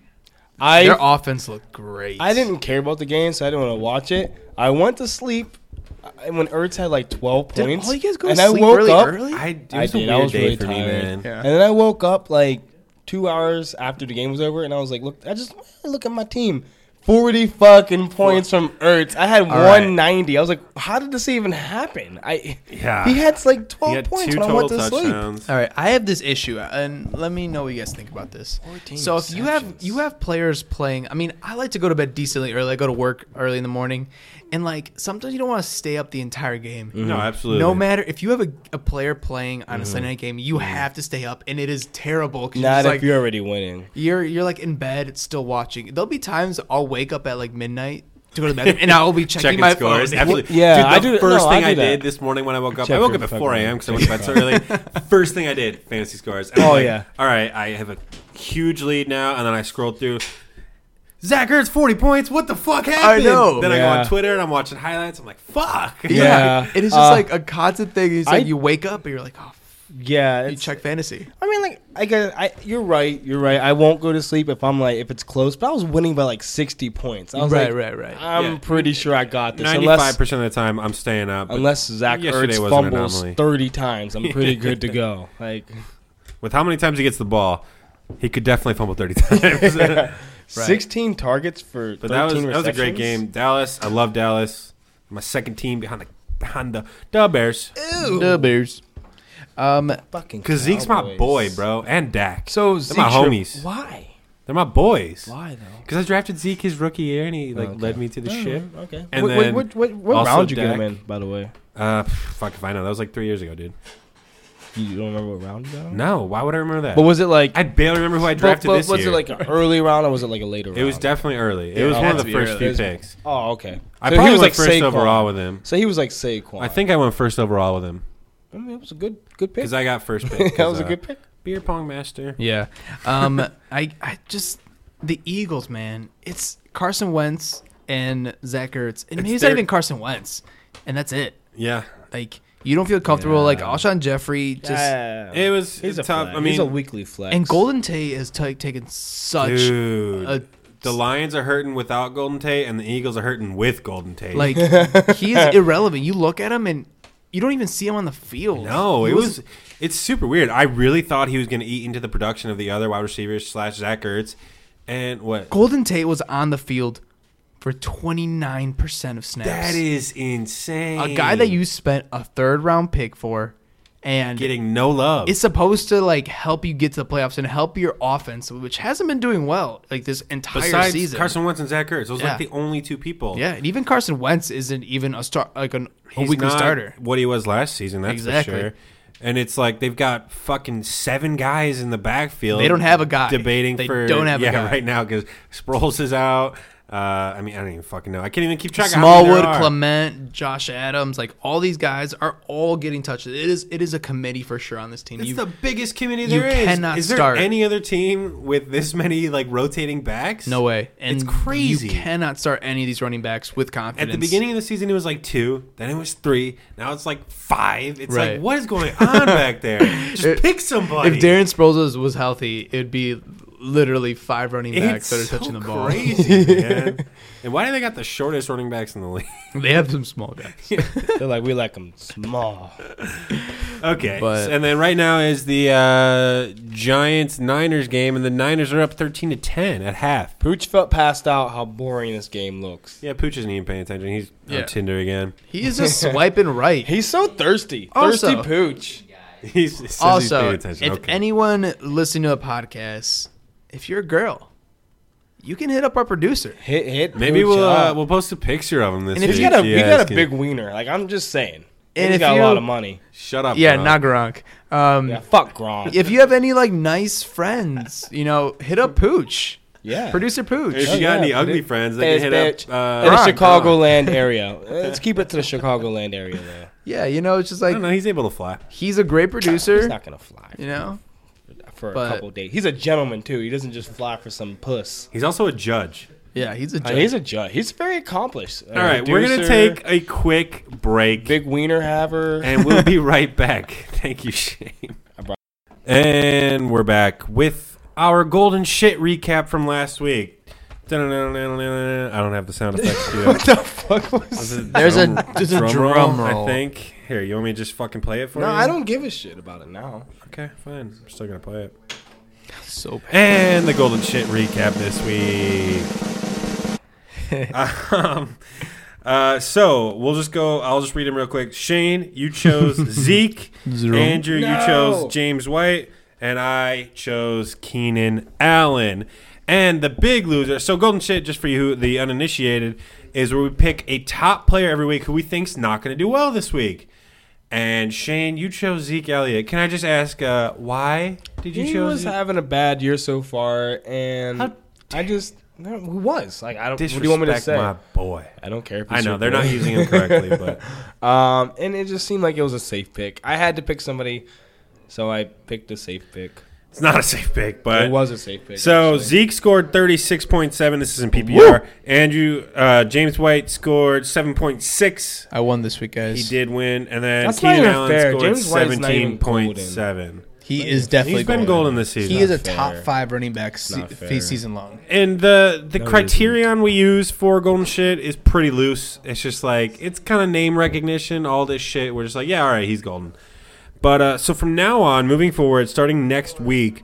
S2: I
S3: their offense looked great.
S2: I didn't care about the game, so I didn't want to watch it. I went to sleep I- when Ertz had like 12
S3: Did
S2: points.
S3: all you guys go
S2: and
S3: to
S2: I
S3: sleep
S2: woke
S3: really
S2: up,
S3: early?
S1: I, it
S2: I
S1: was a
S2: did.
S1: weird
S2: I was
S1: day
S2: really
S1: for
S2: tired.
S1: me, man.
S3: Yeah.
S2: And then I woke up like two hours after the game was over, and I was like, look, I just I look at my team. 40 fucking points from Ertz. I had
S1: right.
S2: 190. I was like, how did this even happen? I
S1: Yeah.
S2: He had like 12
S1: He had
S2: points
S1: two
S2: when I
S1: total
S2: went to sleep.
S1: touchdowns.
S3: All right, I have this issue, and let me know what you guys think about this.
S2: 14
S3: So if you have
S2: receptions.
S3: you have players playing, I mean, I like to go to bed decently early. I go to work early in the morning, and like sometimes you don't want to stay up the entire game.
S1: No, absolutely.
S3: No matter if you have a, a player playing on a Sunday night game, you have to stay up, and it is terrible. 'cause
S2: Not
S3: just,
S2: if
S3: like,
S2: you're already winning.
S3: you're you're like in bed still watching. There'll be times I'll wake up at like midnight to go to the bathroom, and I'll be checking,
S1: checking
S3: my
S1: scores.
S3: phone.
S1: Absolutely.
S2: Yeah, I
S1: Dude, the
S2: do-
S1: first
S2: no, I
S1: thing
S2: do
S1: I,
S2: that.
S1: did this morning when I woke up,
S2: Check
S1: I woke
S2: your
S1: up at
S2: fucking
S1: 4 a.m. because I went to bed so early. first thing I did, fantasy scores. And I'm
S2: Oh,
S1: like,
S2: yeah.
S1: All right, I have a huge lead now, and then I scrolled through. Zach Ertz, 40 points. What the fuck happened?
S3: know.
S1: Then I go
S2: Yeah.
S1: on Twitter and I'm watching highlights. I'm like, fuck.
S2: Yeah.
S3: it is just
S2: Uh,
S3: like a constant thing. It's like
S2: I-
S3: you wake up and you're like, oh,
S2: Yeah.
S3: you
S2: it's-
S3: check fantasy.
S2: I mean, like, I guess I, you're right. You're right. I won't go to sleep if I'm like if it's close. But I was winning by like 60 points. I was like,
S3: Right, right, right.
S2: I'm
S1: Yeah.
S2: pretty sure I got this.
S1: 95%
S2: Unless
S1: of the time, I'm staying up. but
S2: unless Zach
S1: yesterday
S2: Ertz
S1: was an
S2: fumbles
S1: anomaly.
S2: 30 times, I'm pretty good to go. Like
S1: With how many times he gets the ball, he could definitely fumble 30 times.
S3: Right.
S2: 16 targets for.
S1: But that was
S2: 13
S1: that was a great
S2: receptions?
S1: game. Dallas, I love Dallas. My second team behind the behind the Dub Bears.
S3: The Bears. Um,
S2: Fucking.
S1: Cause Zeke's my
S2: Cowboys.
S1: boy, bro, and Dak.
S2: So
S1: they're
S2: Zeke
S1: my
S2: should-
S1: homies.
S2: Why?
S1: They're my boys.
S2: Why though?
S1: Cause I drafted Zeke his rookie year, and he like
S2: Okay.
S1: led me to the ship.
S2: Oh, Okay.
S1: And
S2: what,
S1: then
S2: what, what, what
S1: also
S2: round you get
S1: Dak.
S2: him in? By the way.
S1: Uh, pff, fuck if I know. That was like three years ago, dude.
S2: You don't remember what round you got? on?
S1: No, why would I remember that?
S2: But was it like
S1: I barely remember who I
S2: but-
S1: drafted
S2: but
S1: this
S2: was
S1: year.
S2: it like an early round or was it like a later round?
S1: it was definitely early. It
S2: Yeah,
S1: was
S2: it
S1: one
S2: had
S1: of
S2: to
S1: the
S2: be
S1: first
S2: early.
S1: few picks.
S2: Oh, okay.
S1: I probably
S2: So he
S1: went
S2: was like
S1: first
S2: Saquon.
S1: overall with him.
S2: So he was like Saquon.
S1: I think I went first overall with him
S2: I mean, it was a good good pick.
S1: because I got first pick.
S2: that
S1: 'cause,
S2: was a
S1: uh,
S2: good pick.
S1: beer pong master.
S3: Yeah. Um, I, I just the Eagles, man. It's Carson Wentz and Zach Ertz,
S1: It's
S3: and maybe it's
S1: their-
S3: not even Carson Wentz, and that's it.
S1: Yeah,
S3: Like you don't feel comfortable. Like
S1: Yeah.
S3: Alshon Jeffrey just.
S2: Yeah.
S1: it was
S2: He's a
S1: tough.
S2: flex.
S1: I
S2: he's a
S1: mean,
S2: weekly flex.
S3: And Golden Tate has ta- taken such
S1: dude,
S3: a
S1: the Lions are hurting without Golden Tate, and the Eagles are hurting with Golden Tate.
S3: like he's irrelevant. You look at him and you don't even see him on the field.
S1: No,
S3: He
S1: it was it's super weird. I really thought he was going to eat into the production of the other wide receivers slash Zach Ertz, and what
S3: Golden Tate was on the field for 29% of snaps.
S1: that is insane.
S3: a guy that you spent a third round pick for and
S1: getting no love.
S3: it's supposed to like help you get to the playoffs and help your offense, which hasn't been doing well like this entire
S1: besides
S3: season.
S1: Carson Wentz and Zach Ertz. Those are like
S3: Yeah.
S1: the only two people.
S3: yeah, and even Carson Wentz isn't even a star like an, a
S1: He's
S3: weekly
S1: not
S3: starter.
S1: What he was last season, that's
S3: Exactly.
S1: for sure. And it's like they've got fucking seven guys in the backfield.
S3: They don't have a guy.
S1: Debating
S3: They
S1: for
S3: don't have a
S1: yeah
S3: guy.
S1: right now because Sproles is out. Uh, I mean, I don't even fucking know. I can't even keep track. of how many
S3: Smallwood,
S1: there are.
S3: Clement, Josh Adams, like all these guys are all getting touches. It is it is a committee for sure on this team.
S1: It's
S3: You-
S1: the biggest committee
S3: you
S1: there is.
S3: cannot
S1: is there
S3: start.
S1: any other team with this many like rotating backs?
S3: no way. And
S1: It's crazy.
S3: You cannot start any of these running backs with confidence.
S1: At the beginning of the season, it was like two. Then it was three. Now it's like five. It's
S3: Right.
S1: like what is going on back there? Just
S3: If-
S1: pick somebody.
S3: If Darren Sproles was- was healthy, it'd be literally five running
S1: it's
S3: backs
S1: so
S3: that are touching the ball.
S1: crazy, man. and why do they got the shortest running backs in the league?
S3: They have some small guys.
S2: They're like we like him small.
S1: Okay,
S3: But-
S1: and then right now is the uh, Giants Niners game, and the Niners are up thirteen to ten at half.
S2: Pooch felt passed out. How boring this game looks.
S1: Yeah, Pooch isn't even paying attention. He's
S3: Yeah.
S1: on Tinder again.
S3: He's just swiping right.
S2: He's so thirsty.
S3: Also-
S2: thirsty pooch.
S1: He's, he says he's
S3: also,
S1: paying
S3: if
S1: attention. okay.
S3: anyone listening to a podcast, if you're a girl, you can hit up our producer.
S2: Hit hit.
S1: Maybe
S2: Pooch
S1: we'll uh,
S2: up.
S1: we'll post a picture of him this
S3: And if
S1: week.
S2: He's got a
S1: You
S2: he got
S1: guys
S2: a
S1: can-
S2: big wiener. Like I'm just saying.
S3: And
S2: And he's
S3: if
S2: got
S3: you-
S2: a lot of money.
S1: Shut up.
S3: Yeah,
S1: bro.
S3: not Gronk. Um,
S2: Yeah, fuck Gronk.
S3: If you have any like nice friends, you know, hit up Pooch,
S2: yeah.
S3: producer Pooch.
S1: If you got
S2: Oh, yeah,
S1: any
S2: but
S1: ugly
S2: it-
S1: friends, they
S2: There's
S1: can hit
S2: bitch.
S1: up.
S2: in
S1: Uh,
S2: the
S3: Gronk,
S2: Chicagoland area. Let's keep it to the Chicagoland area though.
S3: Yeah, you know, it's just
S1: I
S3: like
S1: don't know. He's able to fly.
S3: he's a great
S2: He's
S3: producer.
S2: not gonna fly
S3: You know,
S2: for a
S3: but-
S2: couple days. He's a gentleman too. He doesn't just fly for some puss.
S1: He's also a judge.
S3: yeah, he's a
S2: Uh,
S3: judge.
S2: he's a judge. He's very accomplished. Uh,
S1: All right, we're gonna take a quick break,
S2: big wiener haver.
S1: and we'll be right back. Thank you, Shane.
S2: I brought-
S1: And we're back with our golden shit recap from last week. I don't have the sound effects. Do I?
S2: the fuck was?
S3: There's a- there's a drum
S1: I
S3: roll.
S1: think. Here, you want me to just fucking play it for
S2: No,
S1: you?
S2: I don't give a shit about it now.
S1: Okay, fine. I'm still gonna play it.
S3: so bad.
S1: And the golden shit recap this week. um, uh, so we'll just go. I'll just read them real quick. Shane, you chose Zeke.
S3: Zero.
S1: Andrew, you
S2: No.
S1: chose James White, and I chose Keenan Allen. And the big loser. So golden shit, just for you, the uninitiated, is where we pick a top player every week who we think's not going to do well this week. And Shane, you chose Zeke Elliott. Can I just ask uh, why did you
S2: He
S1: chose?
S2: was
S1: Zeke?
S2: having a bad year so far, and
S1: How
S2: I just no, he was like, I don't. What do
S1: disrespect
S2: you want me to say?
S1: my boy.
S2: I don't care. if
S1: I
S2: it's
S1: know
S2: your
S1: they're
S2: boy.
S1: not using him correctly, but
S2: Um, and it just seemed like it was a safe pick. I had to pick somebody, so I picked a safe pick.
S1: it's not a safe pick. But
S2: it was a safe pick.
S1: so
S2: actually.
S1: Zeke scored thirty six point seven. This is in PPR. Andrew uh, James White scored seven point six.
S3: I won this week, guys.
S1: He did win, and then
S2: That's not
S1: Keenan
S2: even
S1: Allen
S2: fair.
S1: scored
S2: James White's not even
S1: seventeen point seven.
S3: He is definitely
S1: He's been golden this season.
S3: He is a
S2: fair.
S3: top five running back se-
S2: Not
S3: fe-
S2: fair.
S3: season long.
S1: and the the criterion we use for golden shit is pretty loose. It's just like it's kind of name recognition, all this shit. We're just like, yeah, all right, he's golden. But uh, so from now on, moving forward, starting next week,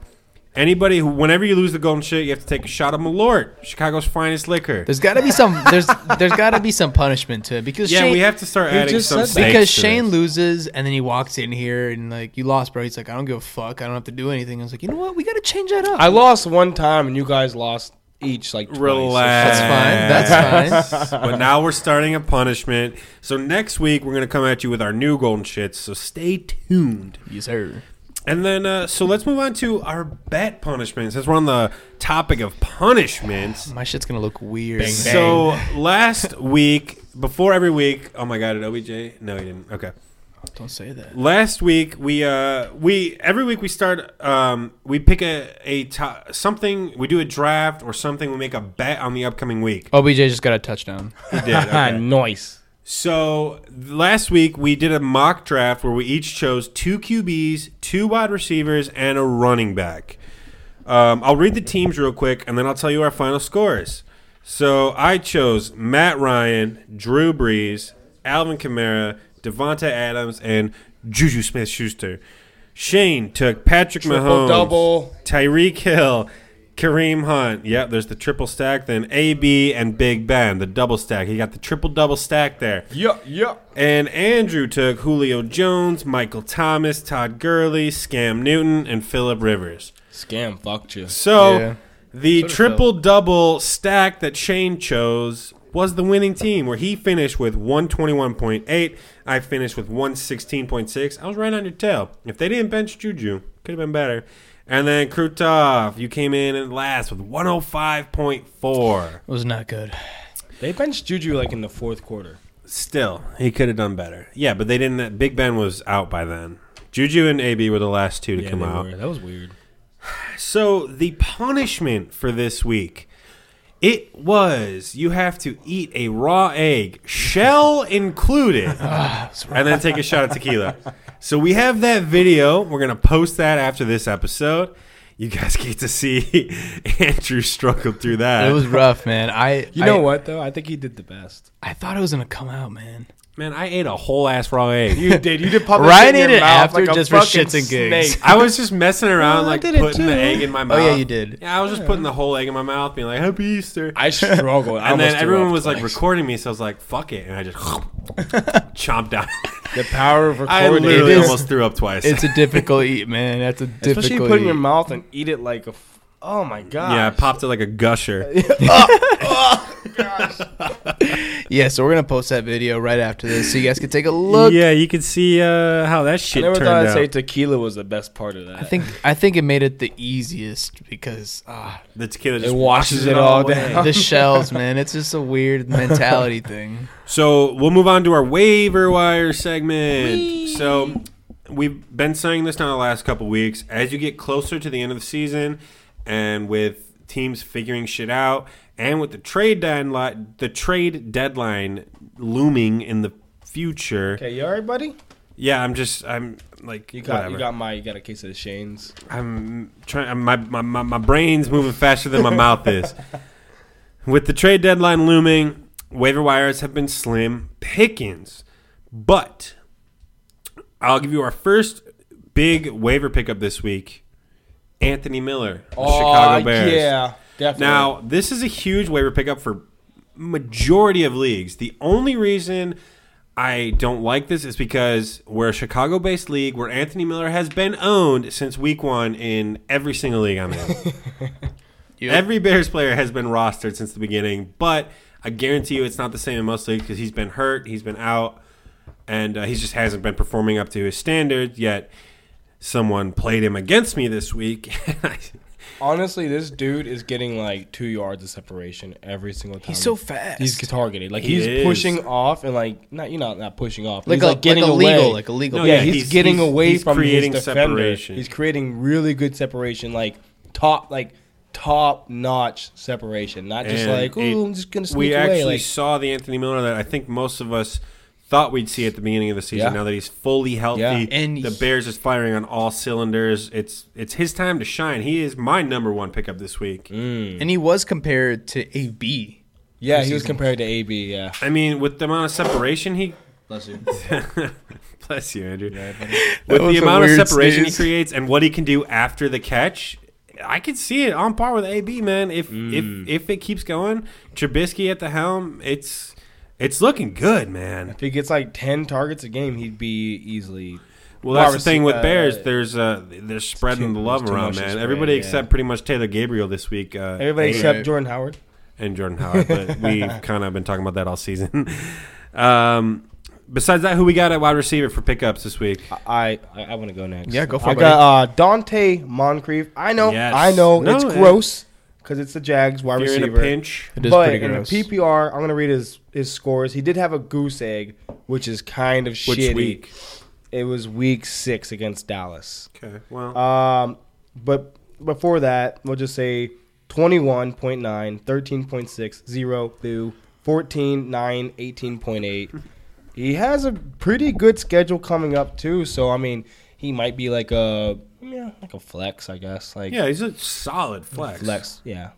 S1: anybody who, whenever you lose the golden shit, you have to take a shot of Malort, Chicago's finest liquor.
S3: There's got to be some. There's there's got to be some punishment to it because
S1: yeah,
S3: Shane,
S1: we have to start
S2: He
S1: adding
S2: just
S1: some
S2: said that.
S1: stakes
S3: because
S1: to
S3: Shane
S1: this.
S3: loses and then he walks in here and like you lost, bro. He's like, I don't give a fuck. I don't have to do anything. I was like, you know what? We got to change that up.
S2: I lost one time, and you guys lost each, like twice or
S1: Relax.
S3: That's fine. That's fine.
S1: but now we're starting a punishment. So next week we're gonna come at you with our new golden shits. So stay tuned.
S3: yes, sir.
S1: And then, uh, so let's move on to our bet punishment. Since we're on the topic of punishments,
S3: My shit's gonna look weird.
S2: Bang, bang.
S1: so last week, before every week, oh my god, did OBJ? No, he didn't. Okay,
S3: Don't say that.
S1: last week we uh we every week we start um we pick a a to- something we do a draft or something we make a bet on the upcoming week.
S3: OBJ just got a touchdown.
S1: We did. okay.
S2: Nice.
S1: So last week we did a mock draft where we each chose two QBs, two wide receivers, and a running back. Um, I'll read the teams real quick, and then I'll tell you our final scores. So I chose Matt Ryan, Drew Brees, Alvin Kamara, Devonta Adams, and Juju Smith-Schuster. Shane took Patrick Mahomes,
S2: double.
S1: Tyreek Hill, Kareem Hunt. Yep, there's the triple stack. Then AB and Big Ben, the double stack. He got the triple double stack there.
S2: Yeah, yeah.
S1: And Andrew took Julio Jones, Michael Thomas, Todd Gurley, Scam Newton, and Phillip Rivers.
S2: Scam fucked you.
S1: So
S3: Yeah.
S1: the
S3: Sort of
S1: triple double stack that Shane chose was the winning team, where he finished with 121.8. I finished with 116.6. I was right on your tail. If they didn't bench Juju, could have been better. And then Krutov, you came in and last with 105.4.
S3: It was not good.
S2: They benched Juju like in the fourth quarter.
S1: Still, he could have done better. Yeah, but they didn't. Big Ben was out by then. Juju and AB were the last two to come
S2: they
S1: out.
S2: were. That was weird.
S1: So the punishment for this week, it was you have to eat a raw egg, shell included,
S3: Ah,
S1: and then take a shot of tequila. So we have that video. We're gonna post that after this episode. You guys get to see Andrew struggle through that.
S3: It was rough, man. I
S2: You know
S3: I-
S2: what though? I think he did the best.
S3: I thought it was gonna come out, man.
S1: Man, I ate a whole ass raw egg.
S2: You did. You did pop
S3: Ryan ate it after just for shits and gigs.
S1: I was just messing around,
S3: Well, I
S1: like
S3: did it
S1: putting the
S3: too.
S1: egg in my
S3: Oh
S1: mouth.
S3: yeah, you did.
S1: Yeah, I was just putting the whole egg in my mouth, being like, "Happy Easter."
S2: I struggled. I
S1: and then
S2: almost threw
S1: everyone
S2: up
S1: was like
S2: twice.
S1: recording me, so I was like, "Fuck it," and I just chomped down.
S2: the power of
S1: I
S2: recording.
S1: literally
S3: It is-
S1: almost threw up twice.
S3: It's a difficult eat, man. That's a difficult.
S2: Especially you put it in
S3: eat.
S2: your mouth and eat it like a. F- oh my god.
S1: yeah, I popped it like a gusher.
S3: Yeah, so we're gonna post that video right after this, so you guys can take a look.
S1: yeah, you can see uh, how that
S2: I
S1: shit
S2: never
S1: turned
S2: thought I'd
S1: out.
S2: say tequila was the best part of that.
S3: I think I think it made it the easiest because ah,
S1: the tequila just
S2: it washes it all
S1: away.
S2: down.
S3: the shells, man. It's just a weird mentality thing.
S1: So we'll move on to our waiver wire segment. So we've been saying this now the last couple weeks. As you get closer to the end of the season, and with teams figuring shit out, and with the trade deadline, the trade deadline looming in the future.
S2: Okay, you alright, buddy?
S1: Yeah, I'm just I'm like
S2: You got
S1: whatever.
S2: you got my you got a case of the Shanes.
S1: I'm trying. My, my my my brain's moving faster than my mouth is. With the trade deadline looming, waiver wires have been slim pickings, but I'll give you our first big waiver pickup this week: Anthony Miller, the Chicago Bears.
S2: Yeah, definitely.
S1: Now, this is a huge waiver pickup for majority of leagues. The only reason I don't like this is because we're a Chicago-based league where Anthony Miller has been owned since week 1 in every single league I'm in.
S3: Yep.
S1: every Bears player has been rostered since the beginning, but I guarantee you it's not the same in most leagues cuz he's been hurt, he's been out, and uh, he just hasn't been performing up to his standards yet. Someone played him against me this week.
S2: honestly, this dude is getting like two yards of separation every single time.
S3: He's so fast.
S2: He's targeted. Like
S1: He
S2: he's
S1: is.
S2: pushing off and like not you know not pushing off. but
S3: like,
S2: he's,
S3: a,
S2: like getting
S3: like
S2: away.
S3: illegal, like illegal.
S1: No,
S2: yeah,
S1: yeah,
S2: he's,
S1: he's-
S2: getting
S1: he's-
S2: away
S1: he's
S2: from
S1: creating
S2: his defender.
S1: separation.
S2: He's creating really good separation, like top like top notch separation, not just
S1: And
S2: like
S1: it-
S2: ooh, I'm just gonna sneak
S1: we
S2: away.
S1: actually
S2: like,
S1: saw the Anthony Miller that I think most of us thought we'd see at the beginning of the season.
S2: Yeah.
S1: Now that he's fully healthy,
S2: Yeah.
S3: And
S1: the
S3: he-
S1: Bears is firing on all cylinders. It's it's his time to shine. He is my number one pickup this week.
S2: Mm.
S3: and he was compared to AB.
S2: yeah, he was compared to AB. Yeah,
S1: I mean, with the amount of separation he.
S2: bless you.
S1: Bless you, Andrew.
S3: That
S1: With
S3: was
S1: the
S3: a
S1: amount of
S3: weird
S1: separation
S3: sneeze.
S1: he creates and what he can do after the catch, I could see it on par with AB. Man, if
S2: Mm.
S1: if if it keeps going, Trubisky at the helm, it's it's looking good, man.
S2: If he gets like ten targets a game, he'd be easily
S1: Well, that's the
S2: Wide
S1: thing
S2: receiver,
S1: with Bears.
S2: uh,
S1: There's uh, they're spreading
S2: too-
S1: the love
S2: it's too
S1: around,
S2: much to
S1: man.
S2: spread,
S1: Everybody
S2: yeah.
S1: except pretty much Taylor Gabriel this week. Uh,
S2: Everybody
S1: hated
S2: except
S1: it.
S2: Jordan Howard.
S1: and Jordan Howard, but we've kind of been talking about that all season. um, besides that, who we got at wide receiver for pickups this week?
S2: I I, I want to go next.
S3: Yeah, go for
S2: I
S3: it,
S2: got uh, Dante Moncrief. I know,
S1: Yes.
S2: I know,
S1: No,
S2: it's
S1: it-
S2: gross because it's the Jags wide
S1: If you're in a
S2: receiver.
S1: pinch.
S3: It is
S2: but
S3: pretty
S2: in
S3: gross.
S2: the PPR, I'm gonna read his his scores. He did have a goose egg, which is kind of
S1: Which
S2: shitty.
S1: week?
S2: It was week six against Dallas.
S1: Okay. Well,
S2: Um, but before that, we'll just say 21.9, 13.6, 0, boo, 14, 9, 18.8. He has a pretty good schedule coming up too, so I mean, he might be like a yeah, like a flex, I guess. Like
S1: yeah, he's a solid flex.
S2: flex, yeah.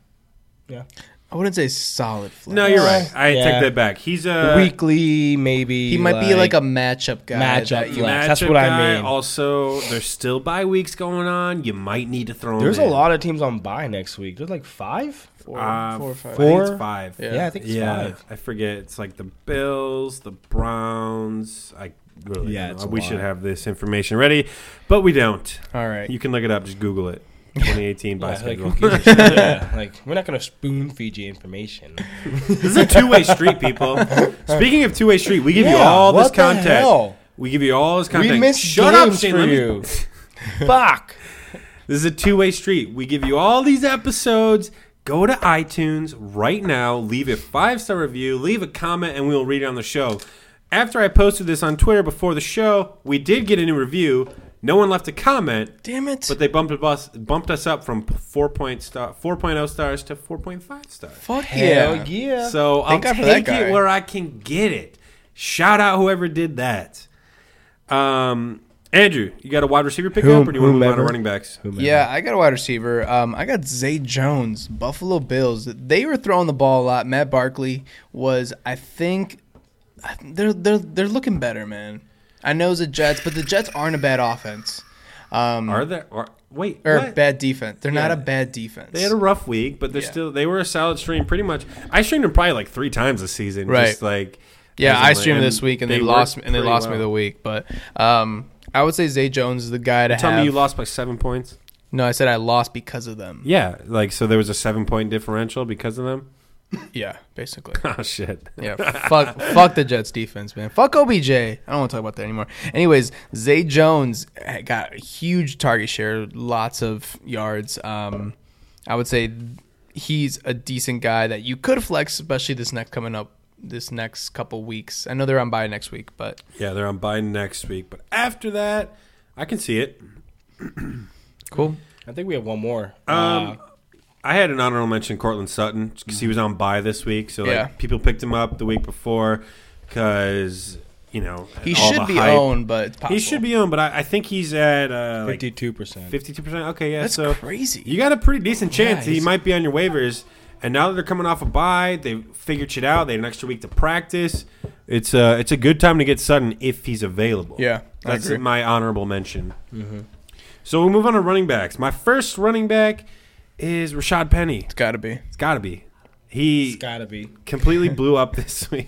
S3: I wouldn't say solid. Flex.
S1: No, you're right. I
S2: Yeah.
S1: take that back. He's a
S2: Weekly, maybe.
S3: He might be like a matchup guy.
S2: Matchup
S3: that you-
S2: flex.
S1: matchup
S2: That's what I
S1: guy.
S2: mean.
S1: Also, there's still bye weeks going on. You might need to throw. him
S2: There's a
S1: in.
S2: lot of teams on bye next week. There's like five.
S3: Four,
S1: Uh,
S3: four or five.
S1: I think it's
S2: Four?
S1: five.
S3: Yeah.
S2: Yeah, I think it's
S1: yeah,
S2: five.
S1: I forget. It's like the Bills, the Browns. I really
S2: Yeah,
S1: don't
S2: it's
S1: know.
S2: a
S1: we
S2: lot.
S1: should have this information ready, but we don't.
S3: All right.
S1: You can look it up. Just Google it. 2018 by
S2: Yeah, like,
S1: schedule.
S2: who gives a shit? Yeah, like we're not gonna spoon feed you information.
S1: this is a two-way street, people. Speaking of two-way street, we give you
S2: Yeah,
S1: all this
S2: what the
S1: content.
S2: hell?
S1: We give you all this content.
S2: We missed
S1: Shut up,
S2: games
S1: Shane.
S2: for
S1: Let me-
S2: you. Fuck.
S1: This is a two-way street. We give you all these episodes. Go to iTunes right now, leave a five-star review, leave a comment, and we will read it on the show. After I posted this on Twitter before the show, we did get a new review. No one left a comment,
S3: Damn it.
S1: but they bumped us bumped us up from four point star, 4.0 stars to 4.5 stars.
S3: Fuck
S2: Hell
S3: yeah.
S2: yeah.
S1: So I'll
S3: Thank God for that
S1: take
S3: guy.
S1: it where I can get it. Shout out whoever did that. Um, Andrew, you got a wide receiver pickup,
S2: Whom-
S1: or do you want to move on to
S2: whomever.
S1: running backs?
S3: Yeah, I got a wide receiver. Um, I got Zay Jones, Buffalo Bills. They were throwing the ball a lot. Matt Barkley was, I think, they're they're they're looking better, man. I know it's the Jets, but the Jets aren't a bad offense. Um,
S1: Are there? Are, wait,
S3: or
S1: what?
S3: bad defense. They're not
S1: Yeah.
S3: a bad defense.
S1: They had a rough week, but they're
S3: Yeah.
S1: still they were a solid stream. Pretty much, I streamed them probably like three times this season.
S3: Right.
S1: Just like
S3: Yeah,
S1: as in,
S3: I
S1: like-
S3: streamed this week and they,
S1: worked
S3: lost and they
S1: pretty
S3: lost me
S1: well.
S3: the week. But um, I would say Zay Jones is the guy to
S1: Tell
S3: have.
S1: me you lost by seven points.
S3: No, I said I lost because of them.
S1: Yeah, like so there was a seven point differential because of them.
S3: Yeah, basically.
S1: Oh shit.
S3: Yeah, fuck, fuck the Jets defense, man. Fuck OBJ. I don't want to talk about that anymore. Anyways, Zay Jones got a huge target share, lots of yards. Um, I would say he's a decent guy that you could flex, especially this next coming up, this next couple weeks. I know they're on bye next week, but
S1: Yeah, they're on bye next week, but after that, I can see it.
S3: cool.
S2: I think we have one more.
S1: Um,
S2: Um,
S1: I had an honorable mention Cortland Sutton because he was on bye this week, so like
S3: Mm-hmm. Yeah.
S1: people picked him up the week before because you know
S3: He
S1: all the
S3: should be
S1: hype.
S3: owned, but it's possible.
S1: He should be on, but I, I think he's at uh, like
S2: fifty-two percent.
S1: Fifty-two percent. Okay, yeah.
S3: That's
S1: so
S3: crazy.
S1: You got a pretty decent chance he
S3: he's-
S1: might be on your waivers. And now that they're coming off a bye, they figured shit out. They had an extra week to practice. It's a it's a good time to get Sutton if he's available.
S3: Yeah, I
S1: that's
S3: agree. Mm-hmm.
S1: my honorable mention. So we'll move on to running backs. My first running back is Rashad Penny.
S3: It's gotta be.
S1: It's got to be. He
S2: It's gotta be.
S1: completely blew up this week.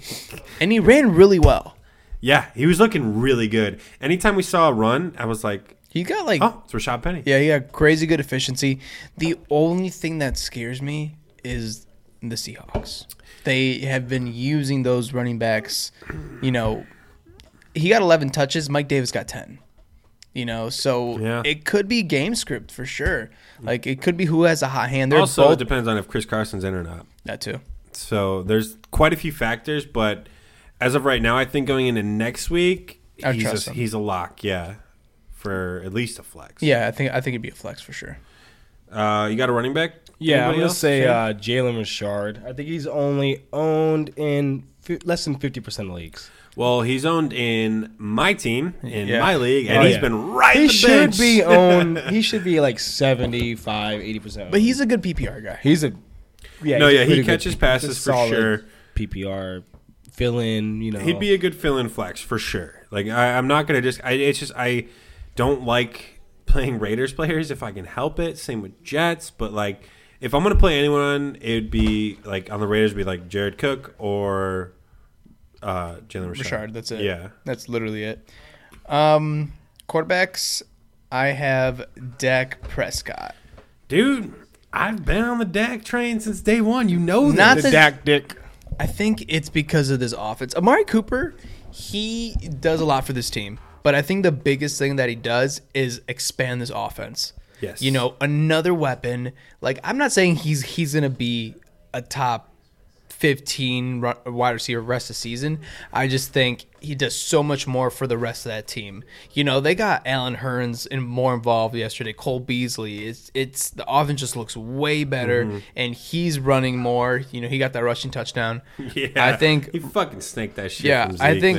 S3: And he ran really well.
S1: Yeah, he was looking really good. Anytime we saw a run, I was like,
S3: He got like
S1: "Oh, it's Rashad Penny."
S3: Yeah, he got crazy good efficiency. The only thing that scares me is the Seahawks. They have been using those running backs. You know, he got 11 touches. Mike Davis got 10. You know, so
S1: Yeah.
S3: it could be game script for sure. Like it could be who has a hot hand. They're
S1: also, it
S3: both
S1: depends on if Chris Carson's in or not.
S3: that too.
S1: So there's quite a few factors, but as of right now, I think going into next week,
S3: I
S1: he's
S3: trust
S1: a,
S3: him.
S1: he's a lock, yeah, for at least a flex.
S3: Yeah, I think I think it'd be a flex for sure.
S1: Uh, you got a running back?
S2: Yeah, I'm
S1: Anybody
S2: gonna
S1: else?
S2: say
S1: Shane?
S2: uh, Jalen Richard. I think he's only owned in fi- less than fifty percent of leagues.
S1: well, he's owned in my team in
S3: Yeah.
S1: my league, and
S2: Oh,
S1: he's
S2: yeah.
S1: been right.
S2: He
S1: the
S2: should
S1: bench.
S2: be owned. He should be like 75, 80 percent.
S3: But he's a good PPR guy.
S2: he's a yeah.
S1: No,
S2: he's
S1: yeah, he
S2: pretty good.
S1: catches
S2: He's a
S1: passes for
S2: solid
S1: sure.
S2: PPR fill in. You know,
S1: He'd be a good fill-in flex for sure. Like I, I'm not gonna just. I, it's just I don't like playing Raiders players if I can help it. Same with Jets, but like if I'm gonna play anyone, it'd be like on the Raiders, it'd be like Jared Cook or uh, Jalen Richard.
S3: Richard, that's it.
S1: Yeah.
S3: That's literally it. Um Quarterbacks, I have Dak Prescott.
S1: Dude, I've been on the Dak train since day one. You know that.
S3: Not
S2: The
S3: the-
S2: Dak Dick.
S3: I think it's because of this offense. Amari Cooper, he does a lot for this team, but I think the biggest thing that he does is expand this offense.
S1: Yes.
S3: You know, another weapon. Like I'm not saying he's he's going to be a top 15 ru- wide receiver rest of season. I just think he does so much more for the rest of that team. You know, they got Alan Hearns and more involved yesterday. Cole Beasley. It's it's the offense just looks way better, and he's running more. You know, he got that rushing touchdown.
S1: Yeah.
S3: I think
S1: he fucking snaked that shit.
S3: yeah,
S1: from
S3: I
S1: Zeke,
S3: think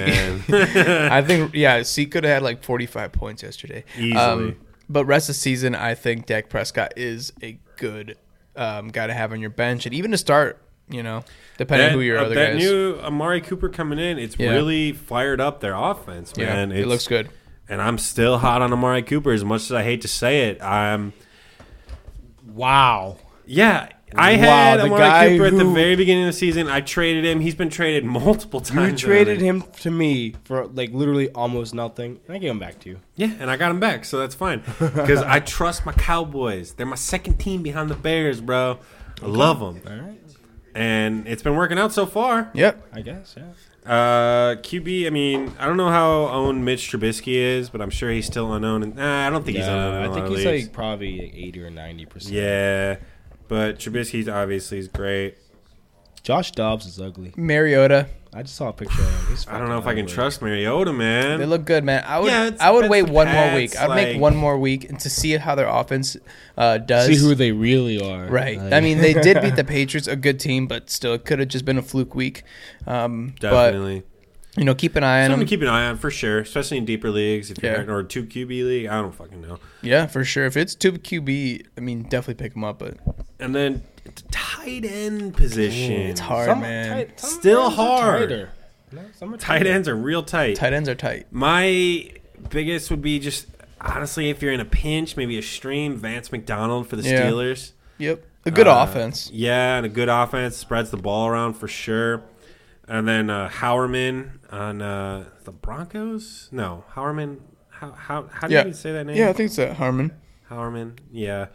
S1: man.
S3: I think yeah, Zeke could have had like 45 points yesterday. Um,
S1: Easily.
S3: but rest of the season, I think Dak Prescott is a good um, guy to have on your bench and even to start. You know, depending
S1: that,
S3: who your
S1: uh,
S3: other
S1: that
S3: guys.
S1: new Amari Cooper coming in, it's
S3: Yeah.
S1: really fired up their offense,
S3: yeah,
S1: man.
S3: it
S1: It's-
S3: looks good.
S1: and I'm still hot on Amari Cooper. As much as I hate to say it, I'm. Wow. Yeah, I
S2: Wow,
S1: had
S2: the
S1: Amari
S2: guy
S1: Cooper at the
S2: who-
S1: very beginning of the season. I traded him. He's been traded multiple times.
S2: You
S1: already.
S2: traded him to me for like literally almost nothing. and I gave him back to you.
S1: Yeah, and I got him back, so that's fine. Because I trust my Cowboys. They're my second team behind the Bears, bro. I love them,
S2: All right,
S1: and it's been working out so far.
S3: Yep.
S2: I guess. Yeah.
S1: Uh, QB. I mean, I don't know how owned Mitch Trubisky is, but I'm sure he's still unknown. And nah, I don't think he's unknown. in
S2: I
S1: a
S2: think
S1: lot of
S2: he's
S1: leagues.
S2: like probably like eighty or ninety percent.
S1: Yeah, but Trubisky's obviously is great.
S2: Josh Dobbs is ugly.
S3: Mariota.
S2: I just saw a picture of him. He's
S1: I don't know if I
S2: fucking
S1: can
S2: ugly.
S1: trust Mariota, man.
S3: They look good, man. I would
S1: Yeah, it's-
S3: I would
S1: it's
S3: wait
S1: the
S3: one more
S1: Pats,
S3: week. I'd
S1: like-
S3: make one more week and to see how their offense uh, does.
S2: See who they really are.
S3: right.
S2: Like-
S3: I mean, they did beat the Patriots, a good team, but still it could have just been a fluke week. Um,
S1: Definitely.
S3: But you know, keep an eye on
S1: Something
S3: them.
S1: to keep an eye on for sure, especially in deeper leagues. If
S3: Yeah.
S1: you're or two QB league, I don't fucking know.
S3: Yeah, for sure. If it's two QB, I mean, definitely pick them up. But
S1: And then t- tight end position.
S3: it's hard,
S2: Some
S3: man.
S2: tight- some
S1: Still
S2: ends are
S1: hard.
S2: tighter. No, some are
S1: Tight
S2: tighter.
S1: ends are real tight.
S3: Tight ends are tight.
S1: My biggest would be just honestly, if you're in a pinch, maybe a stream, Vance McDonald for the
S3: Yeah.
S1: Steelers.
S3: Yep, a good
S1: Uh,
S3: offense.
S1: Yeah, and a good offense spreads the ball around for sure. And then uh, Howerman on uh, the Broncos. No, Howerman. How how how do
S3: Yeah.
S1: you even say that name?
S3: Yeah, I think so. Harmon.
S1: Howerman. Yeah,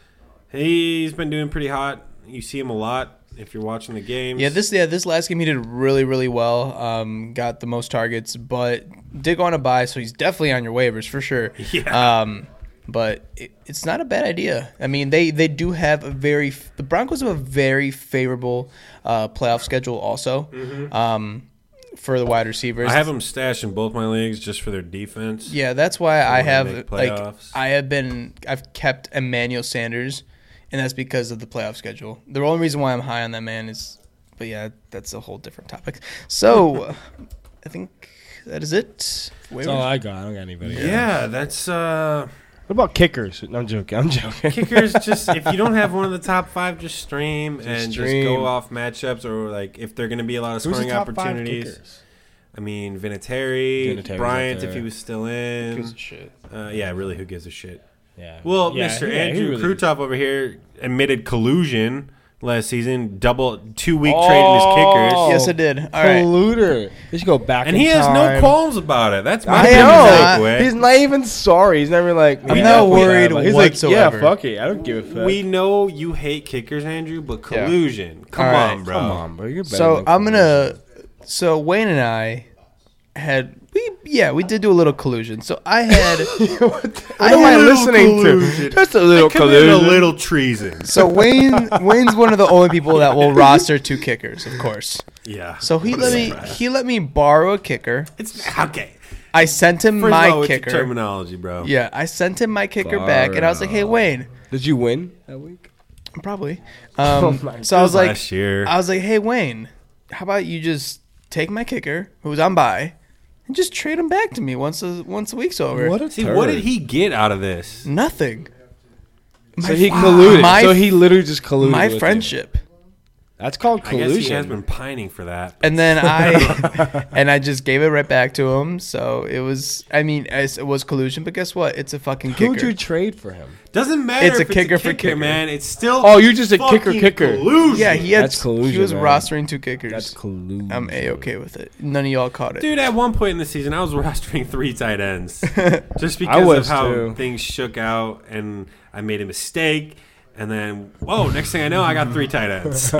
S1: he's been doing pretty hot. You see him a lot if you're watching the games.
S3: Yeah, this yeah this last game he did really really well. Um, got the most targets, but did go on a buy, so he's definitely on your waivers for sure.
S1: Yeah.
S3: Um, but it, it's not a bad idea. I mean, they they do have a very the Broncos have a very favorable uh, playoff schedule also. Um, for the wide receivers,
S1: Mm-hmm. I have him stashed in both my leagues just for their defense.
S3: Yeah, that's why I
S1: wanna
S3: have
S1: make
S3: like
S1: playoffs.
S3: I have been I've kept Emmanuel Sanders, and that's because of the playoff schedule. The only reason why I'm high on that man is, but yeah, that's a whole different topic. So, I think that is it.
S2: That's
S3: Waivers?
S2: all I got. I don't got anybody.
S1: Yeah, that's uh
S2: What about kickers? No, I'm joking. I'm joking.
S1: kickers just if you don't have one of the top five, just stream and just
S2: stream.
S1: go off matchups or like if they're gonna be a lot of
S2: Who's the
S1: scoring
S2: top five
S1: opportunities.
S2: kickers?
S1: I mean Vinatieri,
S2: Vinatieri's up
S1: Bryant
S2: there.
S1: if he was still in. Uh, yeah, really who gives a shit?
S2: Yeah.
S1: Well,
S2: Yeah,
S1: Mr.
S2: yeah,
S1: Andrew
S2: he really-
S1: Krutov over here admitted collusion last season, double two week trading his kickers.
S2: Oh.
S3: Yes, I did. All right.
S2: Polluter. They should go back.
S1: And
S2: in
S1: he has no
S2: time.
S1: qualms about it. That's my
S2: I
S1: biggest
S2: know.
S1: takeaway.
S2: He's not even sorry. He's never like.
S3: I'm
S2: "Yeah, fuck that."
S3: not worried
S2: Like, He's
S3: whatsoever.
S2: like, yeah, fuck it. I don't give a fuck.
S1: we know you hate kickers, Andrew, but
S3: Yeah.
S1: collusion. Come
S3: All right,
S1: on, bro.
S2: Come on, bro. You're better
S3: So
S2: than
S3: I'm
S2: Collusion.
S3: gonna. So Wayne and I had we yeah we did do a little collusion. So I had.
S2: What am I
S3: had-
S2: listening to?
S1: collusion.
S2: Just a little
S1: Committed
S2: collusion.
S1: a little treason.
S3: So Wayne Wayne's one of the only people that will roster two kickers, of course.
S1: Yeah.
S3: So he let me he let me borrow a kicker.
S1: It's okay.
S3: I sent him
S1: First
S3: my
S1: of all, it's your
S3: kicker.
S1: terminology, bro.
S3: Yeah, I sent him my kicker back, and I was like, "Hey, Wayne,
S2: Did you win that week?
S3: probably." Um,
S2: Oh my
S3: so I was like,
S1: Last year.
S3: I was like, "Hey, Wayne, how about you just take my kicker, who's on by, and just trade him back to me once a, once the week's over?"
S2: What a
S1: See,
S2: turd.
S1: what did he get out of this?
S3: Nothing.
S2: So he colluded.
S3: My-
S2: so he literally just colluded.
S3: My
S2: with you.
S3: friendship.
S2: That's called
S1: I guess he has
S2: collusion.
S1: been pining for that.
S3: and then I and I just gave it right back to him. So it was, I mean, it's- it was collusion. But guess what? It's a fucking kicker.
S2: Who'd you trade for him?
S1: Doesn't matter.
S3: It's a
S1: if
S3: kicker for kicker.
S1: man. It's still.
S2: Oh, you're just a
S1: fucking
S2: kicker kicker.
S1: Collusion.
S3: yeah, he had.
S2: That's collusion,
S3: He was
S2: man.
S3: rostering two kickers.
S2: That's collusion.
S3: I'm a okay with it. None of y'all caught it.
S1: Dude, at one point in the season, I was rostering three tight ends just because
S2: was,
S1: of how
S2: too.
S1: things shook out, and I made a mistake, and then whoa! Next thing I know, I got three tight ends. So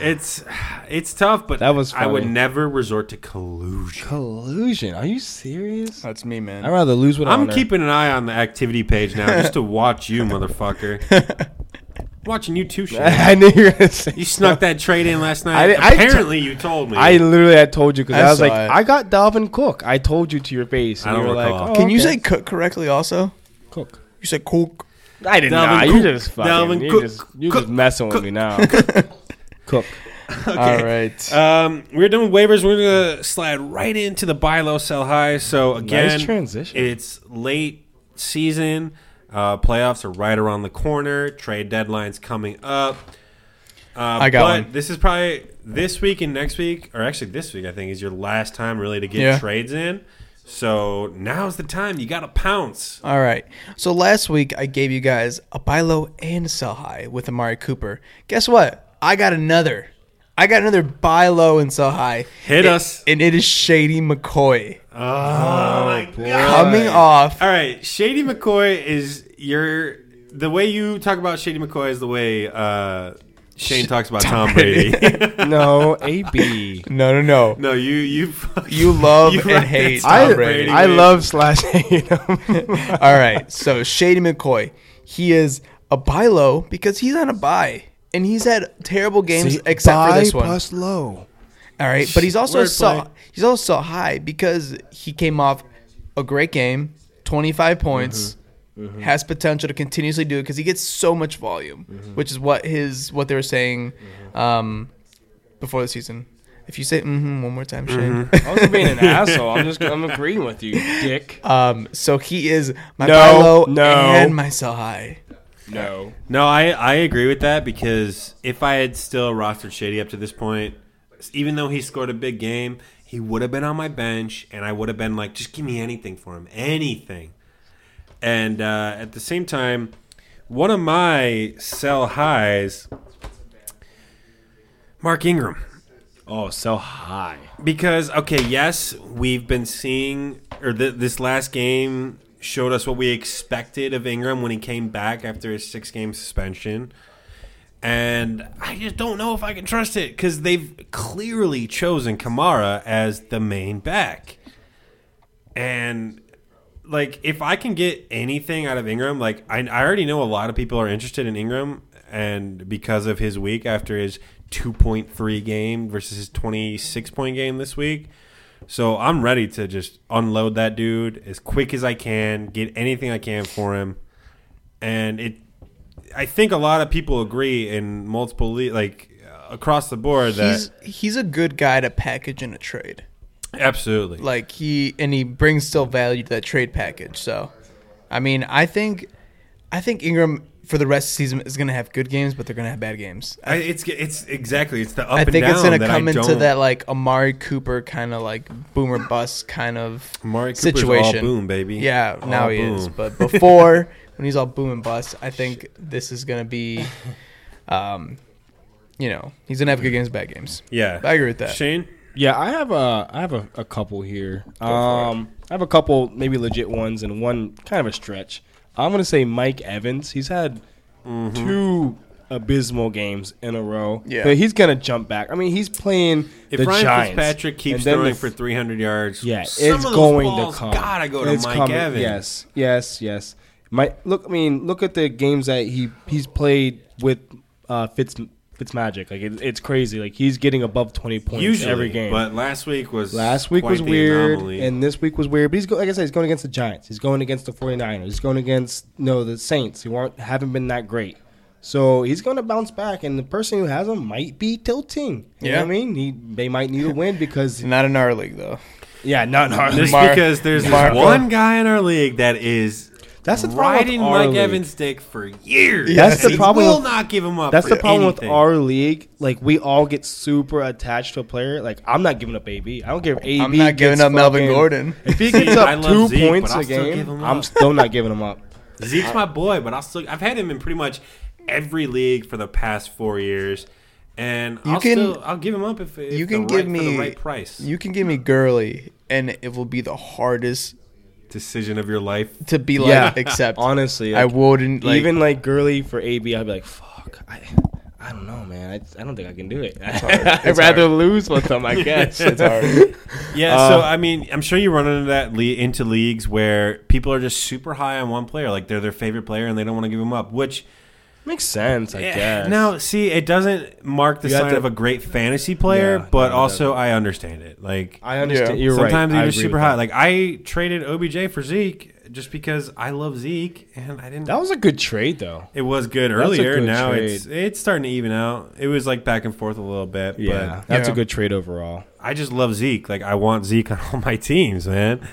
S1: it's it's tough, but
S2: That was
S1: I would
S2: funny.
S1: never resort to collusion.
S2: Collusion? Are you serious?
S3: That's me, man.
S2: I'd rather lose with
S1: I'm
S2: honor.
S1: keeping an eye on the activity page now just to watch you, motherfucker. Watching you too, shit.
S2: I knew you were gonna say.
S1: You snuck that trade in last night.
S2: I didn't- I t-
S1: Apparently, you told me.
S2: I literally had told you because
S3: I
S2: I, was
S3: saw
S2: like,
S3: it.
S2: I got Dalvin Cook. I told you to your face.
S1: I
S2: And you
S1: don't
S2: were like,
S1: recall.
S2: oh,
S3: Can you
S2: okay.
S3: say cook correctly? Also,
S2: Cook?
S3: you said cook.
S2: I didn't
S1: Dalvin
S2: know. You
S1: Cook.
S2: just fucking.
S1: Dalvin
S2: you
S1: Cook.
S2: just, you
S1: Cook.
S2: just messing with me now. Cook.
S3: All right.
S1: Um, we're done with waivers. We're gonna slide right into the buy low, sell high. So again,
S2: Nice transition.
S1: It's late season. Uh, playoffs are right around the corner. Trade deadlines coming up. Uh,
S3: I got
S1: but
S3: one.
S1: this is probably this week and next week, or actually this week I think is your last time really to get
S3: Yeah.
S1: trades in. So now's the time. You gotta pounce.
S3: All right. So last week I gave you guys a buy low and sell high with Amari Cooper. Guess what? I got another. I got another buy low and sell high.
S1: Hit
S3: It-
S1: us.
S3: And it is Shady McCoy
S1: Oh my
S3: coming off.
S1: All right, Shady McCoy is your the way you talk about Shady McCoy is the way uh, Shane talks about Tom Brady.
S2: No, AB.
S3: No, no, no.
S1: no, you you
S3: You love and
S1: reference
S3: hate Tom
S2: I,
S3: Brady.
S2: I
S1: man.
S2: love slash him.
S3: All right. So Shady McCoy, he is a buy low because he's on a buy. And he's had terrible games except for this one.
S2: plus low.
S3: All right, but he's also
S1: Wordplay.
S3: so he's also high because he came off a great game, 25
S2: Mm-hmm.
S3: points, has potential to continuously do it because he gets so much volume,
S2: Mm-hmm.
S3: which is what his what they were saying um, before the season. If you say mm-hmm one more time, Shane.
S2: I was being an asshole. I'm just I'm agreeing with you, dick.
S1: Uh,
S3: um, so he is my
S2: No,
S3: buy low
S2: no.
S3: and my sell high.
S2: No.
S1: No, I I agree with that because if I had still rostered Shady up to this point, even though he scored a big game, he would have been on my bench, and I would have been like, just give me anything for him, anything. And uh, at the same time, one of my sell highs, Mark Ingram.
S2: Oh, so high.
S1: Because okay, yes, we've been seeing, or th- this last game showed us what we expected of Ingram when he came back after his six-game suspension, and I just don't know if I can trust it because they've clearly chosen Kamara as the main back, and like if I can get anything out of Ingram, like I, I already know a lot of people are interested in Ingram, and because of his week after his 2.3 game versus his 26 point game this week, so I'm ready to just unload that dude as quick as I can, get anything I can for him, and it. I think a lot of people agree in multiple le- like uh, across the board that
S3: He's he's a good guy to package in a trade.
S1: absolutely
S3: like he and he brings still value to that trade package. So, I mean, I think, I think Ingram for the rest of the season is going to have good games, but they're going to have bad games.
S1: I, it's it's exactly it's the up
S3: I
S1: and
S3: think
S1: down
S3: it's going to
S1: that
S3: come
S1: I
S3: into
S1: don't-
S3: that like Amari Cooper kind of like boomer bust kind of
S1: Amari Cooper's
S3: situation.
S1: all boom, baby.
S3: Yeah,
S1: All
S3: now he is.
S1: boom.
S3: But before when he's all boom and bust, I think this is going to be, um, you know, he's going to have good games, bad games.
S1: Yeah,
S3: I agree with that.
S1: Shane,
S2: Yeah, I have a I have a, a couple here. Um, I have a couple maybe legit ones and one kind of a stretch. I'm gonna say Mike Evans. He's had two abysmal games in a row.
S3: Yeah.
S2: but he's gonna jump back. I mean, he's playing
S1: if
S2: the
S1: Ryan
S2: Giants.
S1: Fitzpatrick keeps
S2: and then the
S1: throwing
S2: f-
S1: for 300 yards,
S2: yeah,
S1: some
S2: it's
S1: of those
S2: going
S1: balls
S2: to come.
S1: Gotta go to
S2: It's
S1: Mike
S2: coming.
S1: Evans.
S2: Yes, yes, yes. Mike, look. I mean, look at the games that he he's played with uh, Fitz Fitzmagic. Like it, it's crazy. Like he's getting above twenty points
S1: usually
S2: every game.
S1: But last week was
S2: Last week
S1: quite
S2: was
S1: the
S2: weird,
S1: anomaly.
S2: and this week was weird. But he's go, like I said, he's going against the Giants. He's going against the 49ers. He's going against no the Saints, who aren't haven't been that great. So he's going to bounce back, and the person who has him might be tilting. You know
S3: Yeah.
S2: what I mean? He, they might need a win because
S3: Not in our league though.
S2: yeah, not hard.
S1: just
S3: Mar-
S1: because there's this
S3: Marco.
S1: one guy in our league that is
S2: That's the problem
S1: riding
S2: with our
S1: Mike
S2: league.
S1: Evans' dick for years.
S2: That's the
S1: He
S2: problem
S1: Will
S2: with-
S1: not give him up.
S2: That's
S1: for
S2: the problem
S1: anything.
S2: with our league. Like we all get super attached to a player. Like I'm not giving up AB. I don't give AB.
S5: I'm not giving
S2: gets
S5: up Melvin
S2: fucking-
S5: Gordon.
S2: If he
S1: See,
S2: gets
S1: I
S2: up
S1: love
S2: two
S1: Zeke, but
S2: points
S1: I'll
S2: a
S1: still give
S2: game,
S1: him
S2: I'm
S1: up.
S2: still not giving him up.
S1: Zeke's my boy, but I'll still. I've had him in pretty much every league for the past four years, and
S5: You
S1: I'll
S5: can-
S1: still. I'll give him up if, if
S5: you can
S1: the right,
S5: give
S1: for
S5: me
S1: the right price.
S5: You can give me Gurley, and it will be the hardest
S1: Decision of your life.
S5: to be like.
S2: Yeah,
S5: Except
S2: honestly,
S5: I
S2: like,
S5: wouldn't like,
S2: Even like Gurley for AB, I'd be like, fuck. I, I don't know, man. I, I don't think I can do it. I'd
S5: It's
S2: rather lose with them, I guess.
S5: It's hard.
S1: Yeah, so I mean, I'm sure you run into that le- into leagues where people are just super high on one player, like they're their favorite player, and they don't want to give him up. Which eh,
S2: Makes sense, I guess.
S1: now, see, it doesn't mark the
S2: You have
S1: sign
S2: to-
S1: of a great fantasy player,
S2: Yeah,
S1: but
S2: no, it
S1: also I understand it. Like
S2: I understand.
S5: Yeah.
S2: You're right.
S1: sometimes
S2: I
S1: you're
S2: agree
S1: super
S2: with
S1: high.
S2: that.
S1: Like I traded OBJ for Zeke just because I love Zeke, and I didn't.
S2: that was a good trade, though.
S1: it was good
S2: a
S1: earlier.
S2: good
S1: now
S2: trade.
S1: it's it's starting to even out. It was like back and forth a little bit,
S2: Yeah,
S1: but
S2: that's
S5: Yeah.
S2: a good trade overall.
S1: I just love Zeke. Like I want Zeke on all my teams, man.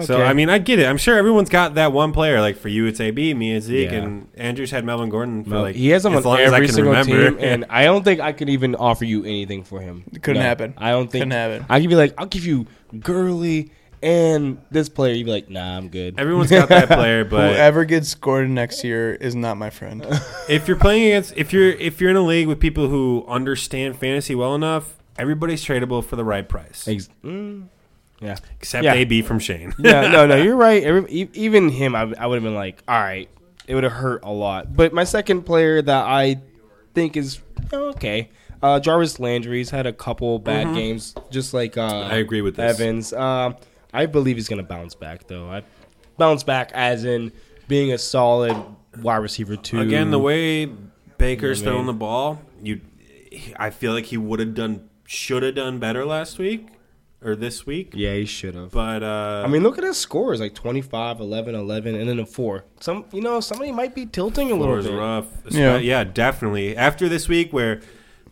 S1: So
S2: Okay.
S1: I mean, I get it. I'm sure everyone's got that one player. Like for you, it's AB. Me, it's Zeke,
S2: Yeah.
S1: and Andrews had Melvin Gordon for
S2: Well,
S1: like
S2: he has him
S1: as
S2: on
S1: long as I
S2: every
S1: can
S2: single
S1: remember.
S2: team, and I don't think I could even offer you anything for him.
S5: It couldn't happen.
S2: I don't think
S5: Couldn't happen.
S2: I could be like, I'll give you Gurley and this player. You'd be like, Nah, I'm good.
S1: everyone's got that player, but
S5: Whoever gets Gordon next year is not my friend.
S1: if you're playing against if you're if you're in a league with people who understand fantasy well enough, everybody's tradable for the right price.
S2: Ex- mm, yeah,
S1: Except
S2: Yeah.
S1: AB from Shane.
S2: yeah, no, no, you're right. Every, e- even him, I, I would have been like, all right, it would have hurt a lot. But my second player that I think is oh, okay, uh, Jarvis Landry's had a couple bad games, just like uh, I
S1: Mm-hmm. agree with this.
S2: Evans. Um, I believe he's gonna bounce back though. I bounce back as in being a solid wide receiver too.
S1: Again, the way Baker's
S2: You know what I mean?
S1: throwing the ball, you, I feel like he would have done, should have done better last week or this week.
S2: yeah, he should have.
S1: But uh,
S2: I mean, look at his scores like 25, 11, 11, and then a four. Some, you know, somebody might be tilting a little
S1: floor is
S2: bit.
S1: rough. Yeah.
S5: Yeah.
S1: yeah, definitely. After this week, where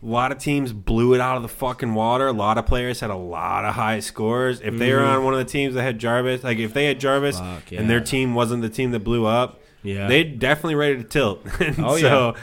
S1: a lot of teams blew it out of the fucking water, a lot of players had a lot of high scores. If they were
S2: Mm-hmm.
S1: on one of the teams that had Jarvis, like if they had Jarvis
S2: Fuck,
S1: and their
S2: yeah.
S1: team wasn't the team that blew up,
S2: Yeah.
S1: they definitely ready to tilt. And
S2: Oh,
S1: so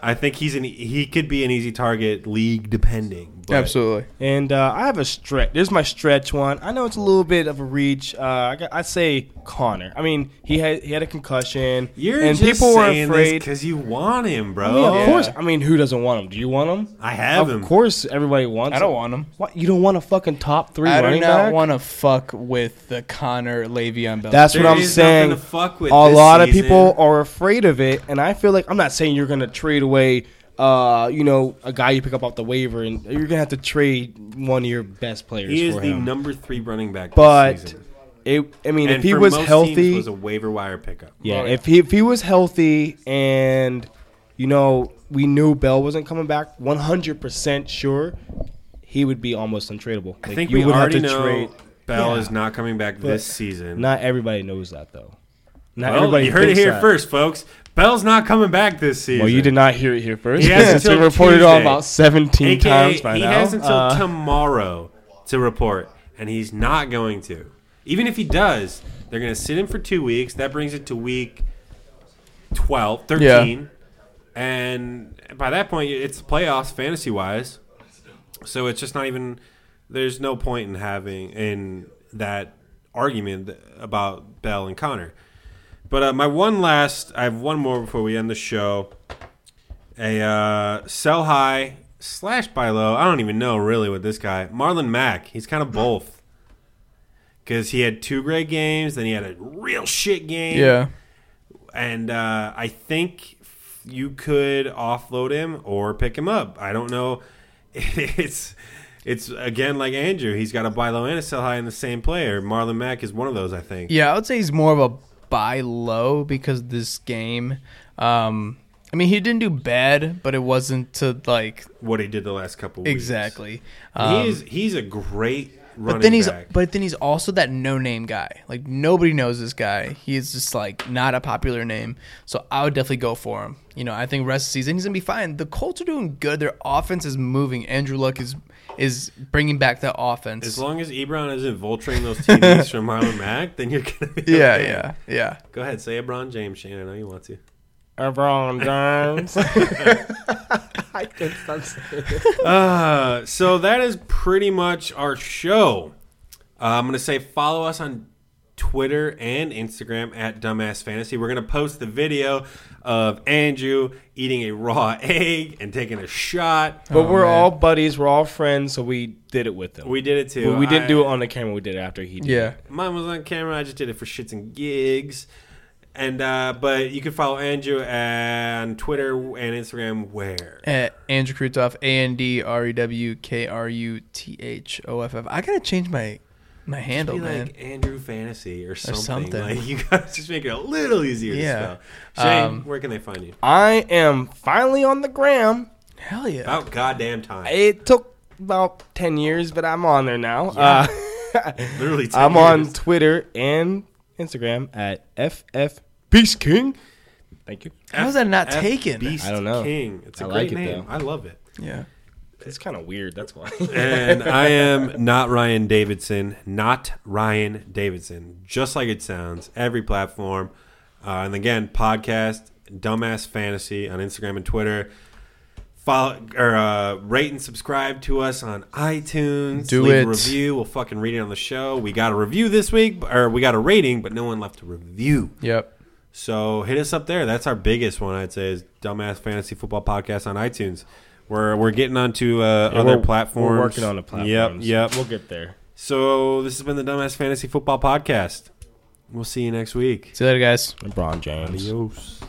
S1: I think he's an he could be an easy target league depending. but-
S5: Absolutely.
S2: And uh, I have a stretch. There's my stretch one. I know it's a little bit of a reach. Uh, I, got, I say Connor. I mean, he had he had a concussion,
S1: You're
S2: and
S1: just
S2: people were
S1: saying
S2: afraid.
S1: because you want him,
S2: I mean,
S1: bro.
S2: of
S5: Yeah.
S2: course. I mean, who doesn't want him? Do you want him?
S1: I have
S2: of
S1: him.
S2: course, everybody wants.
S5: I don't
S2: him.
S5: want him.
S2: What? You don't want a fucking top three
S5: I do
S2: running
S5: not
S2: back?
S5: want to fuck with the Connor Le'Veon Bell.
S2: That's
S1: There
S2: what I'm
S1: is nothing
S2: saying.
S1: to fuck with
S2: a
S1: this
S2: lot of
S1: season.
S2: people are afraid of it, and I feel like I'm not saying you're going to trade away. Uh, you know, a guy you pick up off the waiver, and you're gonna have to trade one of your best players.
S1: He is
S2: for
S1: the
S2: him.
S1: number three running back. this
S2: But
S1: season.
S2: it, I mean,
S1: and
S2: if he
S1: for
S2: was
S1: most
S2: healthy,
S1: teams was a waiver wire pickup.
S2: yeah,
S5: Oh, yeah.
S2: if he if he was healthy, and you know, we knew Bell wasn't coming back, one hundred percent sure, he would be almost untradeable.
S1: I
S2: Like,
S1: think
S2: you
S1: we
S2: would have
S1: already
S2: to
S1: know
S2: trade.
S1: Bell
S2: Yeah.
S1: is not coming back this season.
S2: Not everybody knows that though. Not
S1: well,
S2: everybody.
S1: you heard it
S2: thinks
S1: here
S2: that.
S1: first, folks. Bell's not coming back this season.
S2: Well, you did not hear it here first.
S1: He has
S2: It's been
S1: until
S2: reported on
S1: Tuesday.
S2: about seventeen
S1: AKA,
S2: times by
S1: he
S2: now.
S1: has until
S2: Uh,
S1: tomorrow to report, and he's not going to. Even if he does, they're going to sit him for two weeks. That brings it to week 12, 13. And by that point, it's the playoffs fantasy wise. So it's just not even. There's no point in having in that argument about Bell and Connor. But uh, my one last, I have one more before we end the show. A uh, sell high slash buy low. I don't even know really what this guy Marlon Mack. He's kind
S5: Hmm.
S1: of both because he had two great games, then he had a real shit game.
S5: yeah.
S1: and uh, I think you could offload him or pick him up. I don't know. It's it's again like Andrew. He's got a buy low and a sell high in the same player. Marlon Mack is one of those. I think.
S5: Yeah,
S3: I would say he's more of a buy low because this game. Um, I mean, he didn't do bad, but it wasn't to like
S1: What he did the last couple weeks.
S3: exactly. Um,
S1: He is he's a great running
S3: but then he's
S1: back.
S3: but then he's also that no name guy. Like nobody knows this guy. He is just like not a popular name. So I would definitely go for him. You know, I think rest of the season he's gonna be fine. The Colts are doing good. Their offense is moving. Andrew Luck is is bringing back that offense.
S1: As long as Ebron isn't vulturing those TDs from Marlon Mack, then you're gonna be
S5: Yeah,
S1: okay.
S5: yeah, yeah.
S1: Go ahead, say Ebron James, Shane. I know you want to.
S2: LeBron James. I can't stop saying it.
S1: Uh, so that is pretty much our show. Uh, I'm gonna say follow us on Twitter and Instagram at Dumbass Fantasy. We're gonna post the video of Andrew eating a raw egg and taking a shot.
S2: But
S3: Oh,
S2: we're all buddies. We're all friends, so we did it with them.
S1: We did it too.
S2: Well, we didn't
S1: I-
S2: do it on the camera. We did it after he did.
S5: Yeah.
S1: Mine was on camera. I just did it for shits and gigs. And uh, but you can follow Andrew on Twitter and Instagram. Where
S3: Eh,
S5: At Andrew Krutoff, A N D R E W K R U T H O F F. I gotta change my my handle,
S1: be
S5: man.
S1: like Andrew Fantasy or something.
S5: something.
S1: Like you guys just make it a little easier
S5: Yeah.
S1: to spell. Shane,
S5: Um,
S1: where can they find you?
S2: I am finally on the gram.
S5: Hell yeah.
S1: About goddamn time.
S2: It took about ten years, but I'm on there now. Uh,
S1: Literally, 10
S2: I'm on
S1: years.
S2: Twitter and Instagram at FF Beast King. Thank you.
S5: How is that not
S1: F-
S5: taken?
S1: Beast
S2: I don't know.
S1: King. It's a
S2: I
S1: great
S2: like it,
S1: name.
S2: though.
S1: I love it.
S5: Yeah.
S2: It's kind of weird. That's why.
S1: and I am not Ryan Davidson, not Ryan Davidson, just like it sounds, every platform. Uh, and again, podcast, Dumbass Fantasy on Instagram and Twitter. Follow or uh, rate and subscribe to us on iTunes.
S5: Do
S1: Leave
S5: it.
S1: a review. We'll fucking read it on the show. We got a review this week, or we got a rating, but no one left a review.
S5: Yep.
S1: So hit us up there. That's our biggest one, I'd say, is Dumbass Fantasy Football Podcast on iTunes. We're we're getting onto uh,
S2: Yeah,
S1: other
S2: we're-
S1: platforms.
S2: We're working on the platforms.
S1: Yep, yep.
S2: We'll get there.
S1: So this has been the Dumbass Fantasy Football Podcast. We'll see you next week.
S5: See you later, guys.
S2: LeBron James.
S1: Adios.